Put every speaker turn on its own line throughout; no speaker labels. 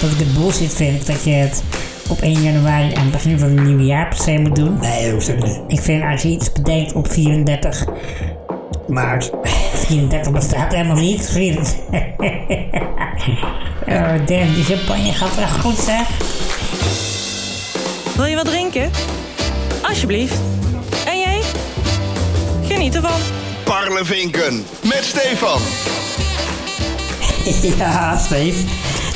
dat ik het bullshit vind dat je het op 1 januari aan het begin van het nieuwe jaar per se moet doen.
Nee, dat hoeft ook niet.
Ik vind als je iets bedenkt op 34,
Maart.
34 bestaat helemaal niet. 34. oh, damn, die champagne gaat echt goed, zeg.
Wil je wat drinken? Alsjeblieft. En jij? Geniet ervan.
Parlevinken met Stefan.
Ja, Steve.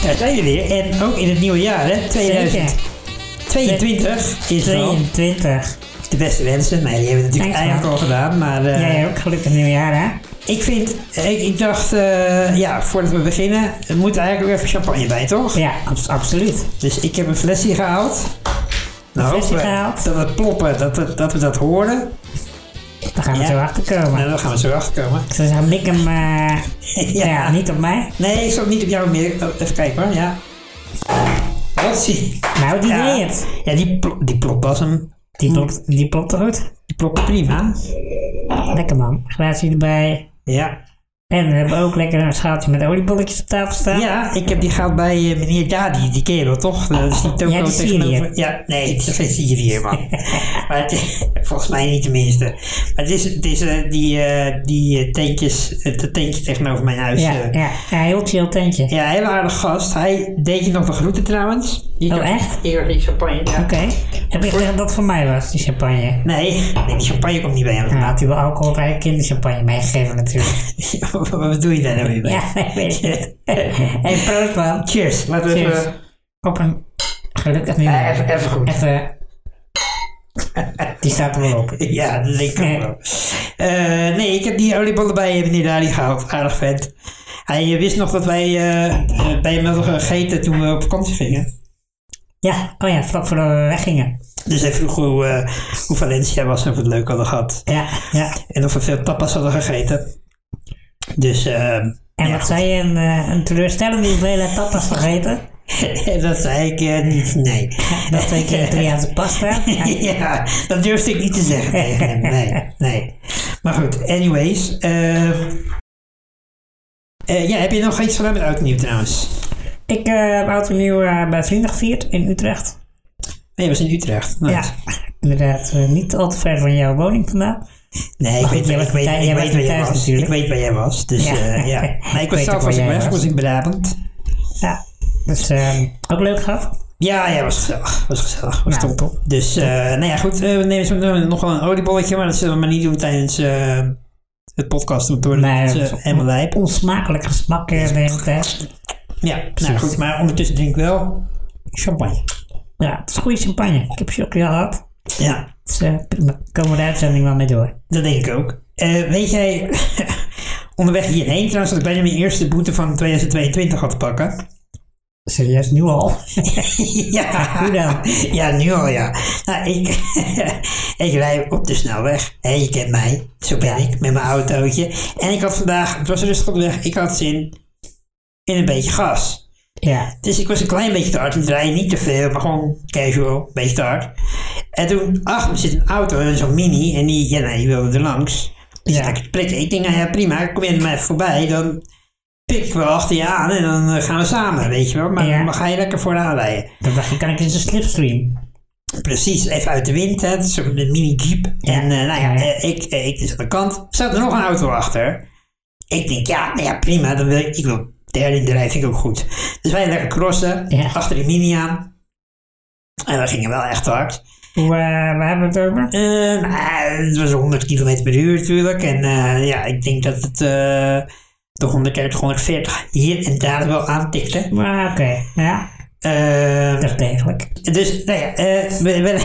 Daar zijn we weer. En ook in het nieuwe jaar, hè? 2022 is wel
22.
de beste wensen. Nee, die hebben we natuurlijk
Thanks,
eigenlijk
man.
al gedaan. Maar eh,
Jij ook gelukkig nieuwjaar, hè?
ik vind, ik, ik dacht, eh, ja, voordat we beginnen, er moet eigenlijk ook even champagne bij, toch?
Ja, abs- absoluut.
Dus ik heb een flesje gehaald. Nou,
flesje
hopen we
gehaald.
Dat het ploppen, dat, het- dat we dat horen.
Daar gaan we
Ja.
zo achter komen.
Nou, dan gaan we zo achterkomen.
Ze zou Mick hem, eh, ja.
Ja.
niet op mij.
Nee, ik zal het niet op jou meer. oh, even kijken hoor, ja. Wat zie
Nou, die
Ja.
deed het.
Ja, die, pl die plop was hem.
Die plopt, die plopte goed.
Die plopte prima.
Lekker man. Glaasje erbij.
Ja.
En we hebben ook lekker een schaaltje met oliebolletjes op tafel staan.
Ja, ik heb die gehaald bij eh, meneer Dadi, die kerel, toch? Dat is die toko
Ja, die Syriër.
tegenover. Ja, nee, het is geen Syriër, man. maar het is- volgens mij niet tenminste. Maar het is, het is eh, die, eh, die eh, tentjes, het tentje tegenover mijn huis.
ja,
eh.
ja. Ja, heel chill tentje.
Ja, een hele aardige gast. Hij deed je nog de groeten trouwens. Die
Oh, echt?
Hier die champagne. Ja.
Oké. Heb je gezegd dat het voor mij was, die champagne?
Nee, nee, die champagne komt niet bij hem.
Nou, had u wel alcoholvrije kinderchampagne meegegeven natuurlijk.
Wat doe je daar nou weer bij?
ja, ik weet het. hey, proost man.
Cheers. Laten we
Cheers.
even...
Op een gelukkig
Ja,
nieuwjaar.
eh, even, even goed.
Even. Die staat er wel op.
Ja, dat denk ik ook wel. Eh, nee, ik heb die oliebollen bij meneer Dali gehaald. Aardig vet. Hij eh, wist nog dat wij eh, eh, bij hem hadden gegeten toen we op vakantie gingen.
Ja, oh ja, vlak voordat we weggingen.
Dus hij vroeg hoe, eh, hoe Valencia was en of we het leuk hadden gehad.
Ja, ja.
En of we veel tapas hadden gegeten. Dus eh,
En
ja,
wat zei je, een, eh, een teleurstellende hoeveelheid tapas vergeten?
dat zei ik eh, niet, nee.
Dat twee keer Italiaanse pasta.
ja, dat durfde ik niet te zeggen tegen hem. Nee, nee. Maar goed, anyways. eh, eh, ja, heb je nog iets gedaan met oud en nieuw trouwens?
Ik eh, heb oud en nieuw eh, bij vrienden gevierd in Utrecht.
Nee, je was in Utrecht. Nice.
Ja, inderdaad, eh, niet al te ver van jouw woning vandaan.
Nee, ik
Maar
weet,
jij
ik
was
weet,
thuis-
ik
jij
weet
was
waar jij
thuis
was.
natuurlijk.
Ik weet waar jij was. Dus
Ja.
ja. ja. Maar
Ik
ik
weet
was
ook
zelf
waar
was ik
jij
weg,
was.
was ik in Brabant.
Ja, dus eh, ook leuk gehad.
Ja, ja, was gezellig. Was gezellig. Was
Nou,
top.
top.
Dus, eh nou ja, goed. eh, we nemen zo meteen nog wel een oliebolletje, maar dat zullen we maar niet doen tijdens eh, het podcast. Want dan
Nee,
wordt het,
dat
eh,
is-
helemaal lijp.
Onsmakelijk gesmak eh, de hele tijd.
Ja, nou goed, maar ondertussen drink ik wel champagne.
Ja, het is goede champagne. Ik heb chocolade gehad.
Ja,
Dus eh, prima. Komen we de uitzending wel mee door.
dat denk ik ook. Eh, weet jij, onderweg hierheen trouwens, dat ik bijna mijn eerste boete van 2022 had te pakken.
Serieus, nu al?
ja,
Hoe dan?
Ja, nu al ja. Nou, ik, ik rij op de snelweg. Hé, je kent mij. Zo ben ik, met mijn autootje. En ik had vandaag, het was rustig op de weg, ik had zin in een beetje gas.
Ja,
Dus ik was een klein beetje te hard aan het rijden. Niet te veel, maar gewoon casual. Een beetje te hard. En toen achter me zit een auto, en zo'n mini. En die, ja, nou, die wilde er langs. Dus
Ja.
ja. ik te prikken. Ik denk, nou ja, prima. Kom je er maar even voorbij. Dan pik ik wel achter je aan. En dan eh, gaan we samen, weet je wel. Maar
Ja.
dan ga je lekker vooraan rijden.
dat dacht ik, kan ik in zijn slipstream.
Precies, even uit de wind. hè, Het is Zo'n mini jeep. En eh, nou ja,
Ja.
eh, ik, eh, ik dus aan de kant. Zat er nog een auto achter. Ik denk, ja, nou ja prima. Dan wil ik, ik wil derde in de rij, vind ik ook goed. Dus wij lekker crossen.
Ja.
Achter die mini aan. En we gingen wel echt hard.
Hoe, eh, waar hebben we het over?
Eh, maar het was 100 km per uur natuurlijk. En eh, ja, ik denk dat het eh, de 130, 140 hier en daar wel aantikte.
Maar oké, ja,
Eh,
dat is degelijk.
dus, nou ja, eh, we, we,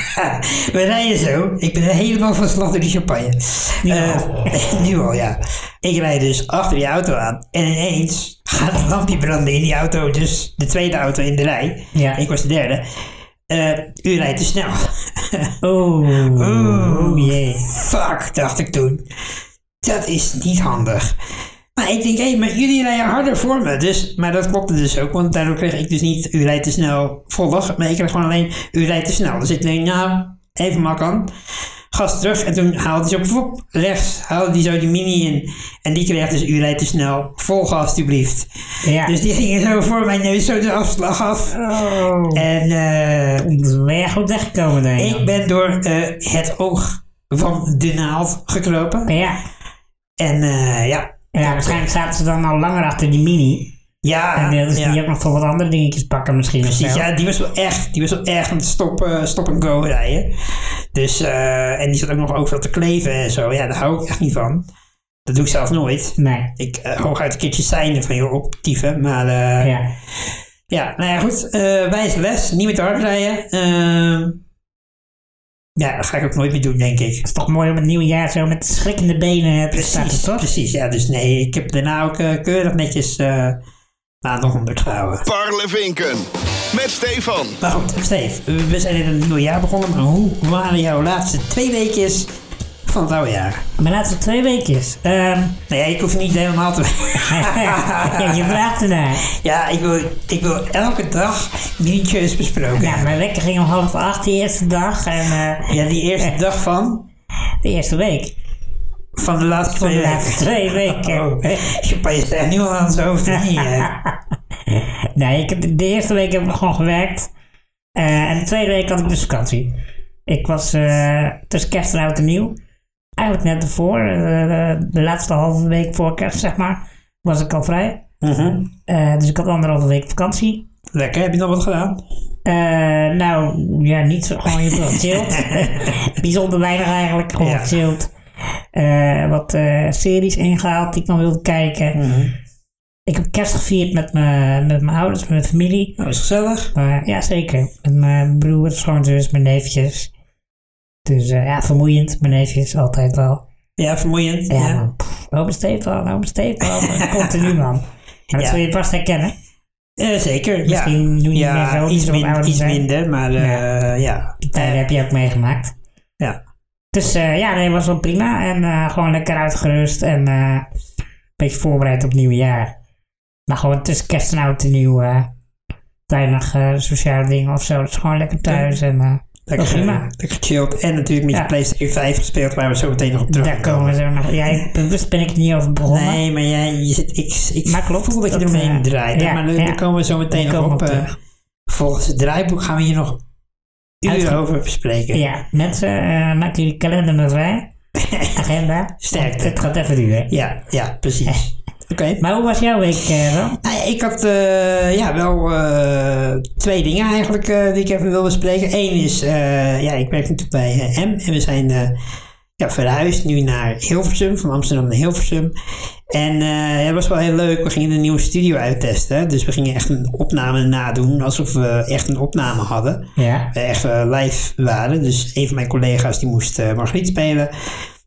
we rijden zo. Ik ben helemaal van slag door die champagne.
Nu
Eh,
al.
nu al, ja. Ik rijd dus achter die auto aan. En ineens gaat een lampje branden in die auto. Dus de tweede auto in de rij.
Ja.
Ik was de derde. Eh, u rijdt te snel.
Oeh,
Oeh.
oeh, Oh, jee.
Oh, Fuck, dacht ik toen. Dat is niet handig. Maar ik denk, hé, maar jullie rijden harder voor me. Dus, maar dat klopte dus ook, want daardoor kreeg ik dus niet u rijdt te snel volg. Maar ik kreeg gewoon alleen u rijdt te snel. Dus ik denk, nou, even makkelijk. gas terug. En toen haalde hij zo voep, rechts, haalde hij zo die mini in. En die kreeg dus, u rijdt te snel, vol gas alsjeblieft.
Ja.
Dus die ging zo voor mijn neus zo de afslag af.
Oh.
En eh,
Dan ben je goed weggekomen, denk
ik ben door eh, het oog van de naald gekropen.
Ja.
En eh, ja.
ja, waarschijnlijk zaten ze dan al langer achter die mini.
Ja,
En wilden ze
ja.
die ook nog voor wat andere dingetjes pakken misschien. of
Precies,
zo.
ja, die was wel echt, die was wel echt aan het stop, eh, stop en go rijden. Dus, eh, en die zat ook nog overal te kleven en zo. Ja, daar hou ik echt niet van. Dat doe ik zelf nooit.
Nee.
Ik eh, hooguit een keertje seinen van joh, optieven. Maar eh, ja.
Ja.
nou ja, goed. eh wijze les, niet meer te hard rijden. Ehm, ja, dat ga ik ook nooit meer doen, denk ik.
Het is toch mooi om het nieuwe jaar zo met schrikkende benen eh, te starten,
Precies,
toch?
precies. Ja, dus nee, ik heb daarna ook eh, keurig netjes eh maandag honderd gehouden.
Parlevinken. Met Stefan.
Maar goed, Steve, we zijn in het nieuwe jaar begonnen, maar hoe waren jouw laatste twee weekjes van het oude jaar?
Mijn laatste twee weekjes. Ehm,
Nou ja, ik hoef niet helemaal te...
ja, je vraagt ernaar.
ja, ik wil, ik wil elke dag nieuwtjes besproken.
Ja, mijn wekker ging om half acht die eerste dag en eh,
Ja, die eerste dag van,
de eerste week.
van de laatste
Van
twee
de
weken.
laatste twee weken.
Oh, je past echt nu al aan zijn hoofd. niet, hè?
Nee, ik heb, de eerste week heb ik gewoon gewerkt. Eh, en de tweede week had ik dus vakantie. Ik was eh, tussen kerst en oud en nieuw. Eigenlijk net ervoor, eh, de laatste halve week voor kerst zeg maar, was ik al vrij.
Mhm.
Eh, dus ik had anderhalve week vakantie.
Lekker, heb je nog wat gedaan?
Eh, nou, ja, niet zo, gewoon heel veel gechilled. Bijzonder weinig eigenlijk, gewoon
Ja.
gechilled. Eh, wat eh, series ingehaald die ik nog wilde kijken.
Mhm.
Ik heb kerst gevierd met, mijn- met mijn ouders, met mijn familie.
Dat was Oh, Nou, gezellig.
Maar ja, zeker. Met mijn broer, schoonzus, mijn neefjes. Dus eh, ja, vermoeiend. Mijn neefjes altijd wel.
Ja, vermoeiend.
Ja,
ja.
man. Pff, Ome Stefan, ome Stefan. Continu, man. Maar dat
Ja.
zul je vast herkennen.
Eh, zeker, ja.
Misschien doen die
ja,
mensen ook
iets,
iets wat
min-
ouder
iets
zijn.
minder, maar eh, ja.
Die tijden heb je ook meegemaakt.
Ja.
Dus eh, ja, nee, was wel prima. En eh, gewoon lekker uitgerust en eh, een beetje voorbereid op het nieuwe jaar. Maar gewoon tussen kerst en oud en nieuw, eh, weinig eh, sociale dingen of zo. Dus gewoon lekker thuis en eh,
Lekker,
wel prima.
lekker gechilled. En natuurlijk met
Ja.
je PlayStation 5 gespeeld, waar we zo meteen nog op terug
daar komen we zo nog. Ja, ik- bewust ben ik er niet over begonnen.
Nee, maar jij, je zit, ik, ik
Maar klopt,
voel dat je
dat,
eromheen
eh,
draait.
ja,
maar daar
ja.
daar komen we zo meteen
Daar
nog
komen
op.
we op
eh,
terug.
volgens het draaiboek gaan we hier nog uren
Uitge-
over bespreken.
Ja, mensen, eh, maak jullie kalender maar vrij. Agenda.
Sterkte.
Het gaat even duren.
ja, ja, precies. Oké.
Maar hoe was jouw week, eh, Ram?
Nou, Ik had eh, ja, wel eh, twee dingen eigenlijk eh, die ik even wil bespreken. Eén is, eh, ja, ik werk natuurlijk bij eh, M en we zijn eh, ja, verhuisd nu naar Hilversum, van Amsterdam naar Hilversum. En eh, ja, dat was wel heel leuk, we gingen een nieuwe studio uittesten. Dus we gingen echt een opname nadoen, alsof we echt een opname hadden
Ja.
eh, echt eh, live waren. Dus een van mijn collega's die moest eh Margriet spelen.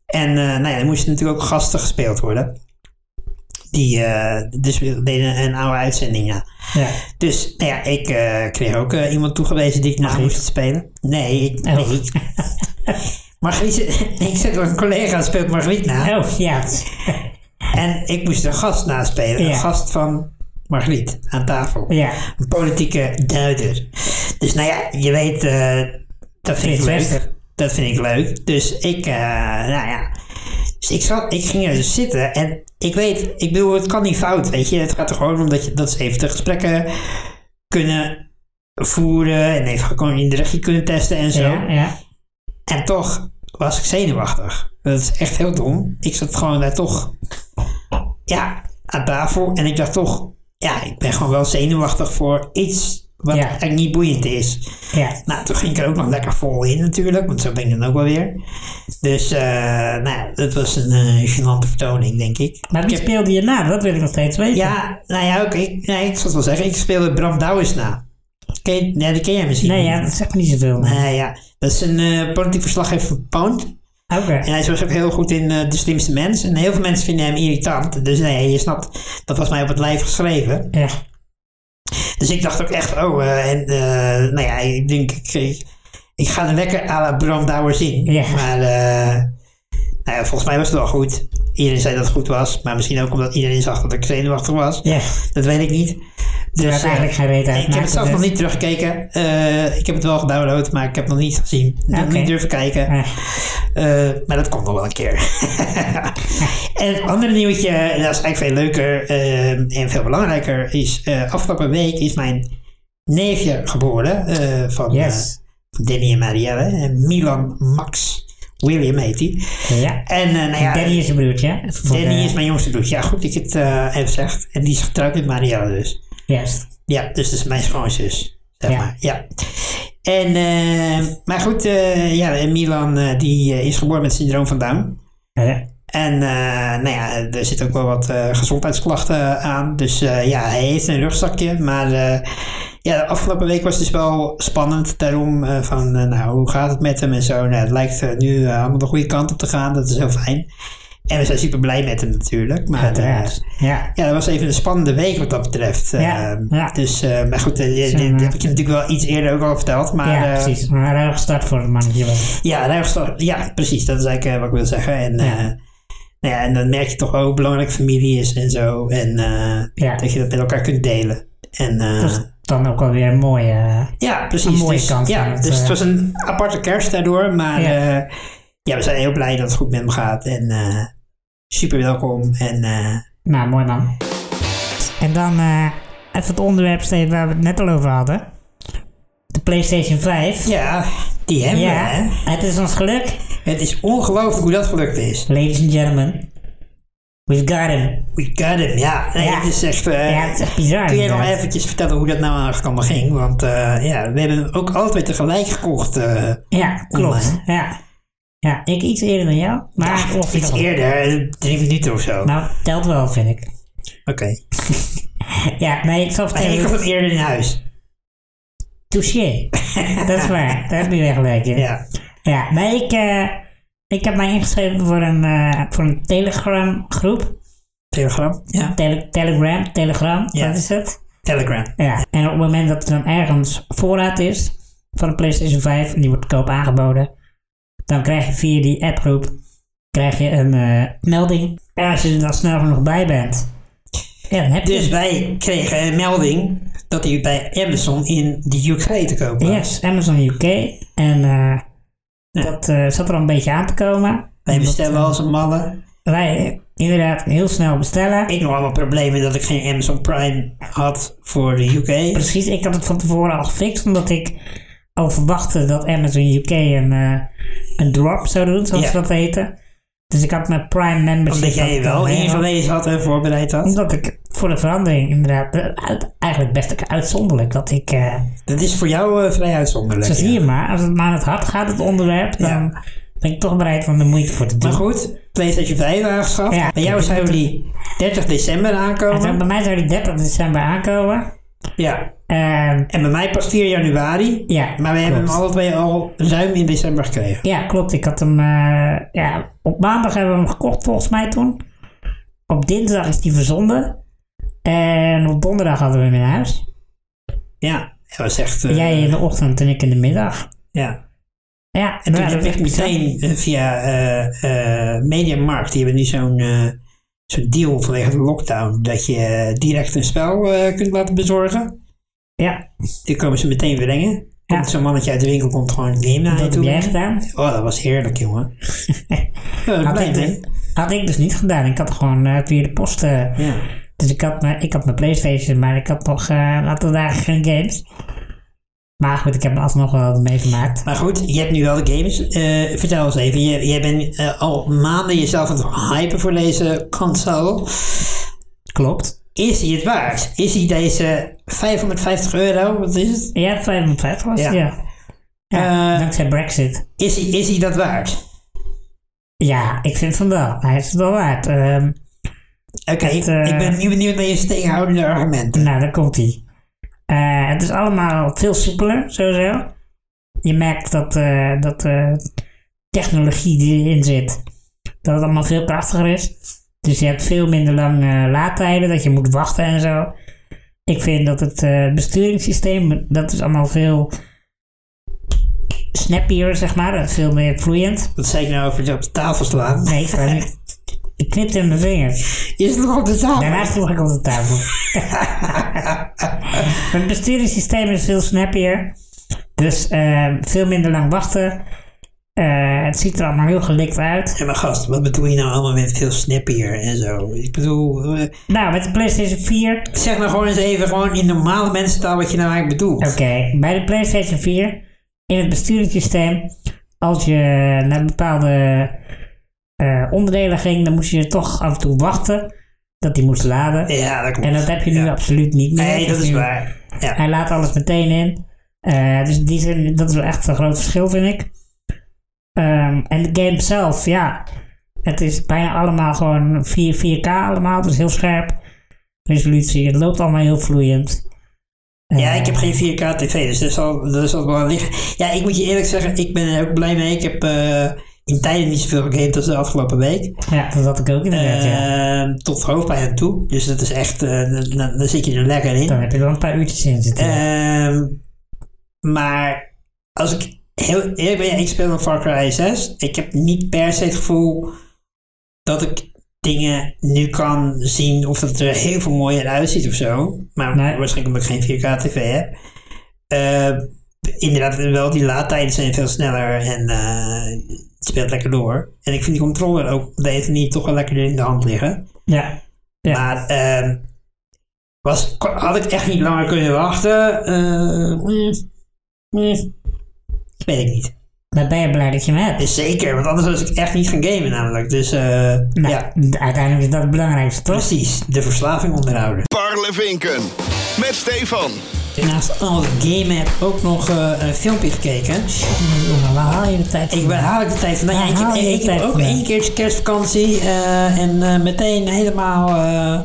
En eh nou ja, er moesten natuurlijk ook gasten gespeeld worden. Die eh, dus we deden een oude uitzending na.
ja.
Dus nou ja, ik eh, kreeg ook eh, iemand toegewezen die ik na
Margriet.
moest spelen. Nee, ik,
Oh.
nee. Margriet, ik zit door een collega speelt Margriet na.
Oh, ja.
En ik moest een gast naspelen.
Ja.
Een gast van Margriet aan tafel.
Ja.
Een politieke duider. Dus nou ja, je weet, eh, dat vind
Frits
ik leuk.
Wester.
Dat vind ik leuk. Dus ik, eh, nou ja. Dus ik, zat, ik ging er dus zitten en ik weet, ik bedoel, het kan niet fout, weet je. Het gaat er gewoon om dat, je, dat ze even de gesprekken kunnen voeren en even gewoon in de regie kunnen testen en zo.
Ja, ja.
En toch was ik zenuwachtig. Dat is echt heel dom. Ik zat gewoon daar toch ja, aan tafel. En ik dacht toch, ja, ik ben gewoon wel zenuwachtig voor iets wat
Ja.
eigenlijk niet boeiend is.
Ja.
Nou, toen ging ik er ook nog lekker vol in natuurlijk, want zo ben ik dan ook wel weer. Dus, eh nou, ja, dat was een eh gênante vertoning, denk ik.
Maar
ik
wie
heb-
speelde je na? Dat wil ik nog steeds weten.
ja, nou ja, ook, ik, nee, ik zal het wel zeggen, ik speelde Bram Douwens na. Ken, je- nee, dat ken jij misschien
Nee,
niet.
ja, dat zegt me niet zoveel. maar-
Nee, ja. Dat is een eh, politiek verslaggever van Pound.
Oké.
En hij was ook heel goed in eh, De Slimste Mens. En heel veel mensen vinden hem irritant. Dus nee, je snapt, dat was mij op het lijf geschreven.
Ja.
Dus ik dacht ook echt, oh, eh, en, eh, nou ja, ik denk, ik, ik, ik ga er lekker à la Bram Douwers in.
Ja.
Maar eh, nou ja, volgens mij was het wel goed. Iedereen zei dat het goed was. Maar misschien ook omdat iedereen zag dat ik zenuwachtig was.
Ja.
Dat weet ik niet.
Dus
Dus,
eigenlijk
eh,
geen reet uit. dus.
ik heb het zelf nog niet teruggekeken. Eh, ik heb het wel gedownload, maar ik heb het nog niet gezien. Ik heb
Oké.
niet durven kijken. Eh, maar dat komt nog wel een keer. en het andere nieuwtje, en dat is eigenlijk veel leuker eh, en veel belangrijker, is eh, afgelopen week is mijn neefje geboren eh, van
Yes.
eh, Danny en Marielle. En Milan Max William heet hij.
ja.
En eh, nou ja,
Danny is een broertje. hè? Voor
Danny
de-
is mijn jongste broertje. Ja, goed dat je het eh, even zegt. En die is getrouwd met Marielle dus.
Juist.
Ja, dus dat is mijn schoonzus, zeg
Ja.
maar. Ja. En, eh, maar goed, eh, ja, en Milan eh, die eh, is geboren met syndroom van Down.
Eh, ja.
En eh, nou ja, er zitten ook wel wat eh, gezondheidsklachten aan. Dus eh, ja, hij heeft een rugzakje. Maar eh, ja, de afgelopen week was het dus wel spannend. Daarom eh, van, eh, nou, hoe gaat het met hem en zo. Nou, het lijkt eh, nu eh, allemaal de goede kant op te gaan. Dat is heel fijn. En we zijn super blij met hem natuurlijk. Maar eh,
Uiteraard. Ja.
ja, dat was even een spannende week wat dat betreft.
Ja,
Eh,
ja.
Dus, eh, maar goed, eh,
Zo'n,
dit, dit
eh,
heb ik je natuurlijk wel iets eerder ook al verteld. Maar
ja,
eh,
precies. Maar een ruige start voor het mannetje. wel.
ja, daar is toch- ja, precies. Dat is eigenlijk eh, wat ik wil zeggen. En, eh, nou ja, en dan merk je toch wel hoe belangrijk familie is en zo. En eh,
Ja.
dat je dat met elkaar kunt delen. En, eh,
Dat is dan ook wel weer een mooie... eh,
ja, precies.
een mooie
dus,
kant
Ja,
van het,
dus
eh,
het was een aparte kerst daardoor. Maar
Ja.
ja. ja, we zijn heel blij dat het goed met hem gaat. En eh, super welkom. En eh,
Nou, mooi man. En dan eh, even het onderwerp steeds waar we het net al over hadden. De PlayStation 5.
ja, die hebben we,
Ja,
hè.
het is ons geluk.
Het is ongelooflijk hoe dat gelukt is.
Ladies and gentlemen, we've got him.
We got him, ja. Nee,
Ja.
Het is echt, eh,
Ja, het is echt bizar.
kun jij nog
inderdaad.
eventjes vertellen hoe dat nou eigenlijk allemaal ging? Want eh, ja, we hebben hem ook altijd tegelijk gekocht. eh,
Ja, klopt.
online?
Ja. ja, ik iets eerder dan jou. Maar
ja,
of
iets
toch-
eerder, eh, drie minuten of zo.
Nou, telt wel, vind ik.
Oké.
Ja, nee, ik zal
Maar ik
vertellen.
had hem eerder in huis.
Touché. Dat is waar. Daar heb je weer gelijk in.
Ja.
Ja, nee, ik, eh, ik heb mij ingeschreven voor een, eh, voor een Telegram groep.
Telegram? Ja.
Tele- Telegram, Telegram,
Ja.
dat is het.
Telegram.
Ja. En op het moment dat er dan ergens voorraad is van de PlayStation 5 en die wordt te koop aangeboden, dan krijg je via die appgroep krijg je een eh, melding. En als je er dan snel genoeg bij bent, ja, dan heb je
Dus wij kregen een melding dat hij bij Amazon in de UK te koop was.
Yes, Amazon UK. En eh, dat eh, zat er al een beetje aan te komen.
Wij bestellen als een malle.
Wij inderdaad heel snel bestellen.
Ik nog allemaal problemen dat ik geen Amazon Prime had voor de UK.
Precies, ik had het van tevoren al gefixt, omdat ik al verwachtte dat Amazon UK een, eh, een drop zou doen, zoals
Ja.
ze dat heten. Dus ik had mijn Prime membership...
Omdat jij
had
je
ik
wel
al helemaal-
ingelezen had en voorbereid had.
Omdat ik voor de verandering inderdaad, eh, uit- eigenlijk best uitzonderlijk, dat ik... eh,
Dat is voor jou eh, vrij uitzonderlijk.
zo
ja.
zie je maar, als het maar aan het hart gaat, het onderwerp, dan
Ja.
ben ik toch bereid om de moeite voor te doen.
Maar goed, PlayStation 5 aangeschaft.
Ja.
Bij jou zou die 30 december
Uiteindelijk,
aankomen.
bij mij zou die 30 december aankomen.
Ja.
Eh,
En bij mij pas 4 januari.
ja,
Maar we hebben hem alle twee al ruim in december gekregen.
Ja, klopt. Ik had hem. eh, ja, op maandag hebben we hem gekocht, volgens mij toen. Op dinsdag is die verzonden. En op donderdag hadden we hem in huis.
Ja. Dat was echt... eh,
Jij in de ochtend en ik in de middag.
ja.
Ja,
En toen
nou,
heb
dat
ik
is bizar.
meteen eh, via eh eh Mediamarkt, die hebben nu zo'n eh, zo'n deal vanwege de lockdown, dat je eh, direct een spel eh, kunt laten bezorgen.
Ja,
Die komen ze meteen brengen. Komt
Ja.
Zo'n mannetje uit de winkel komt gewoon neem naar je
dat heb
toe.
jij gedaan.
Oh, dat was heerlijk, jongen. ja, dat
Had ik,
blijkt,
dus,
hè?
had ik dus niet gedaan. Ik had gewoon eh, via de post. eh,
Ja.
dus ik had, mijn, ik had mijn PlayStation, maar ik had nog eh, een aantal dagen geen games. Maar goed, ik heb er alsnog wel wat meegemaakt.
Maar goed, je hebt nu wel de games. Eh, vertel eens even, je- jij bent eh, al maanden jezelf aan het hypen voor deze console.
Klopt.
Is hij het waard? Is hij deze 550 euro, wat is het?
Ja, 55 was
Ja.
het, ja. Ja,
Eh,
dankzij Brexit.
Is hij, is hij dat waard?
Ja, ik vind van wel. Hij is het wel waard. Ehm,
Oké,
Het, eh,
ik ben nu benieuwd naar je tegenhoudende argumenten.
nou, daar komt hij. Eh, het is allemaal veel soepeler, sowieso. Je merkt dat, eh, dat de technologie die erin zit, dat het allemaal veel krachtiger is. Dus je hebt veel minder lange laadtijden, dat je moet wachten en zo. Ik vind dat het eh, besturingssysteem, dat is allemaal veel snappier, zeg maar. Veel meer vloeiend.
Wat zei ik nou over dat op de tafel slaan?
Nee, ik, sta nu- ik knipte in mijn vingers.
Is het nog op de tafel?
Daarna sloeg ik op de tafel. Het besturingssysteem is veel snappier. Dus eh, veel minder lang wachten. Eh, het ziet er allemaal heel gelikt uit.
Ja, maar gast, wat bedoel je nou allemaal met veel snappier en zo? Ik bedoel, eh,
Nou, met de PlayStation 4.
zeg maar gewoon eens even gewoon in normale mensentaal wat je nou eigenlijk bedoelt.
Oké, bij de PlayStation 4 in het besturingssysteem, als je naar bepaalde eh, onderdelen ging, dan moest je toch af en toe wachten dat die moest laden.
Ja, dat klopt.
En dat heb je nu
Ja.
absoluut niet Ah, meer.
Nee, dat is
Nu-
waar. Ja.
Hij laat alles meteen in. Eh, dus in die zin, dat is wel echt een groot verschil, vind ik. Ehm, en de game zelf, ja. Het is bijna allemaal gewoon 4, 4K allemaal. Dus heel scherp. Resolutie. Het loopt allemaal heel vloeiend. Eh,
ja, ik heb geen 4K tv, dus dat zal, dat zal wel liggen. Ja, ik moet je eerlijk zeggen, ik ben er ook blij mee. Ik heb eh, in tijden niet zoveel gegamed als de afgelopen week.
Ja, dat had ik ook inderdaad, ja.
Eh, Tot hoofdpijn aan toe. Dus dat is echt, eh, dan- dan- dan zit je er lekker in.
Dan heb je wel een paar uurtjes in zitten.
Ehm, maar als ik heel eerlijk ben, ik speel nog Far Cry 6. Ik heb niet per se het gevoel dat ik dingen nu kan zien of dat er heel veel mooier uitziet of zo. Maar
Nee.
waarschijnlijk omdat ik geen 4K tv heb. Eh, inderdaad, wel die laadtijden zijn veel sneller en eh, het speelt lekker door. En ik vind die controller ook op de een of andere manier toch wel lekker in de hand liggen.
ja. Ja.
Maar ehm, was, kon- had ik echt niet langer kunnen wachten? Eh, mm, mm, weet ik niet.
Dan ben je blij dat je hem hebt.
Dus zeker, want anders was ik echt niet gaan gamen namelijk. Dus eh,
Nou,
ja,
uiteindelijk is dat het belangrijkste, toch?
precies. De verslaving onderhouden.
Parlevinken. Met Stefan.
Naast al het gamen heb ik ook nog eh, een filmpje gekeken.
Jongen, waar haal je de tijd
Ik ben haal ik de tijd van. Nou ja, ik
Waar
heb,
haal je de
ik heb
tijd
ook
vandaan?
één keertje kerstvakantie eh, en eh, meteen helemaal eh,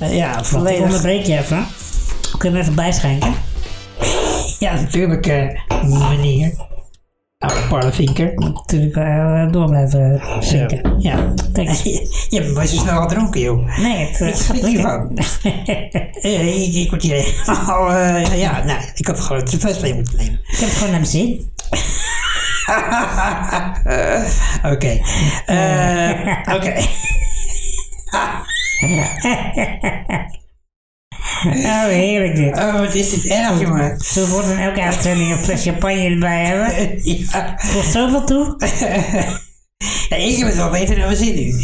eh, ja,
Wacht, ik
volledig
onderbreek je even. Kunnen we even bijschenken?
Ja, natuurlijk, eh meneer. Oude parlevinker.
Natuurlijk eh, door blijven zinken.
Ja.
Thanks.
je hebt me maar zo snel al dronken, joh.
Nee, het eh,
Ik
gaat
schrik
lekker.
hiervan. Eh, ik, ik word hier helemaal... eh, ja, nou, ik had gewoon het vest mee moeten nemen.
ik heb het gewoon naar mijn zin.
Oké. Eh, Oké.
Oh, heerlijk dit.
Oh, wat is dit erg, jongen.
Zo wordt in elke uitzending een fles champagne erbij hebben.
Ja.
Tot zoveel toe.
Ja, ik heb het wel beter dan we zien nu.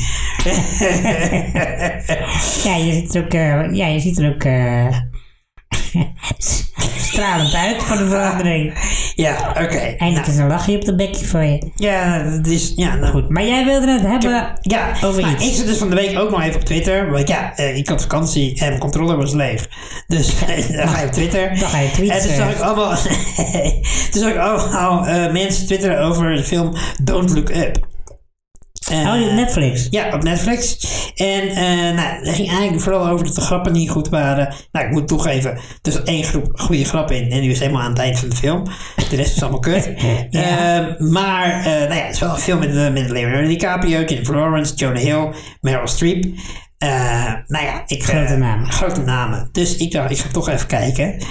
Ja, je ziet er ook, eh, ja, je ziet er ook eh, stralend uit van de
Nou.
verandering.
Ja, oké.
Eindelijk is een lachje op de bekje van je.
Ja, dat is... Ja, nou,
Goed, maar jij wilde het hebben.
Ja,
Over
maar
iets.
ik zat dus van de week ook nog even op Twitter. Want ja, eh, ik had vakantie en mijn controller was leeg. Dus dan ga je op Twitter.
Dan ga je tweeten.
En toen zag ik allemaal, toen zag ik allemaal eh, mensen twitteren over de film Don't Look Up. Eh,
Oh, die Netflix.
ja, op Netflix. En eh nou, dat ging eigenlijk vooral over dat de grappen niet goed waren. Nou, ik moet toegeven, er zat één groep goede grap in en die was helemaal aan het eind van de film. De rest was allemaal kut. Ehm, maar, eh, nou ja, het is wel een film met, eh, met Leonardo DiCaprio, Jennifer Lawrence, Jonah Hill, Meryl Streep. Eh, nou ja, ik... eh,
Grote namen.
Grote namen. Dus ik dacht, ik ga toch even kijken.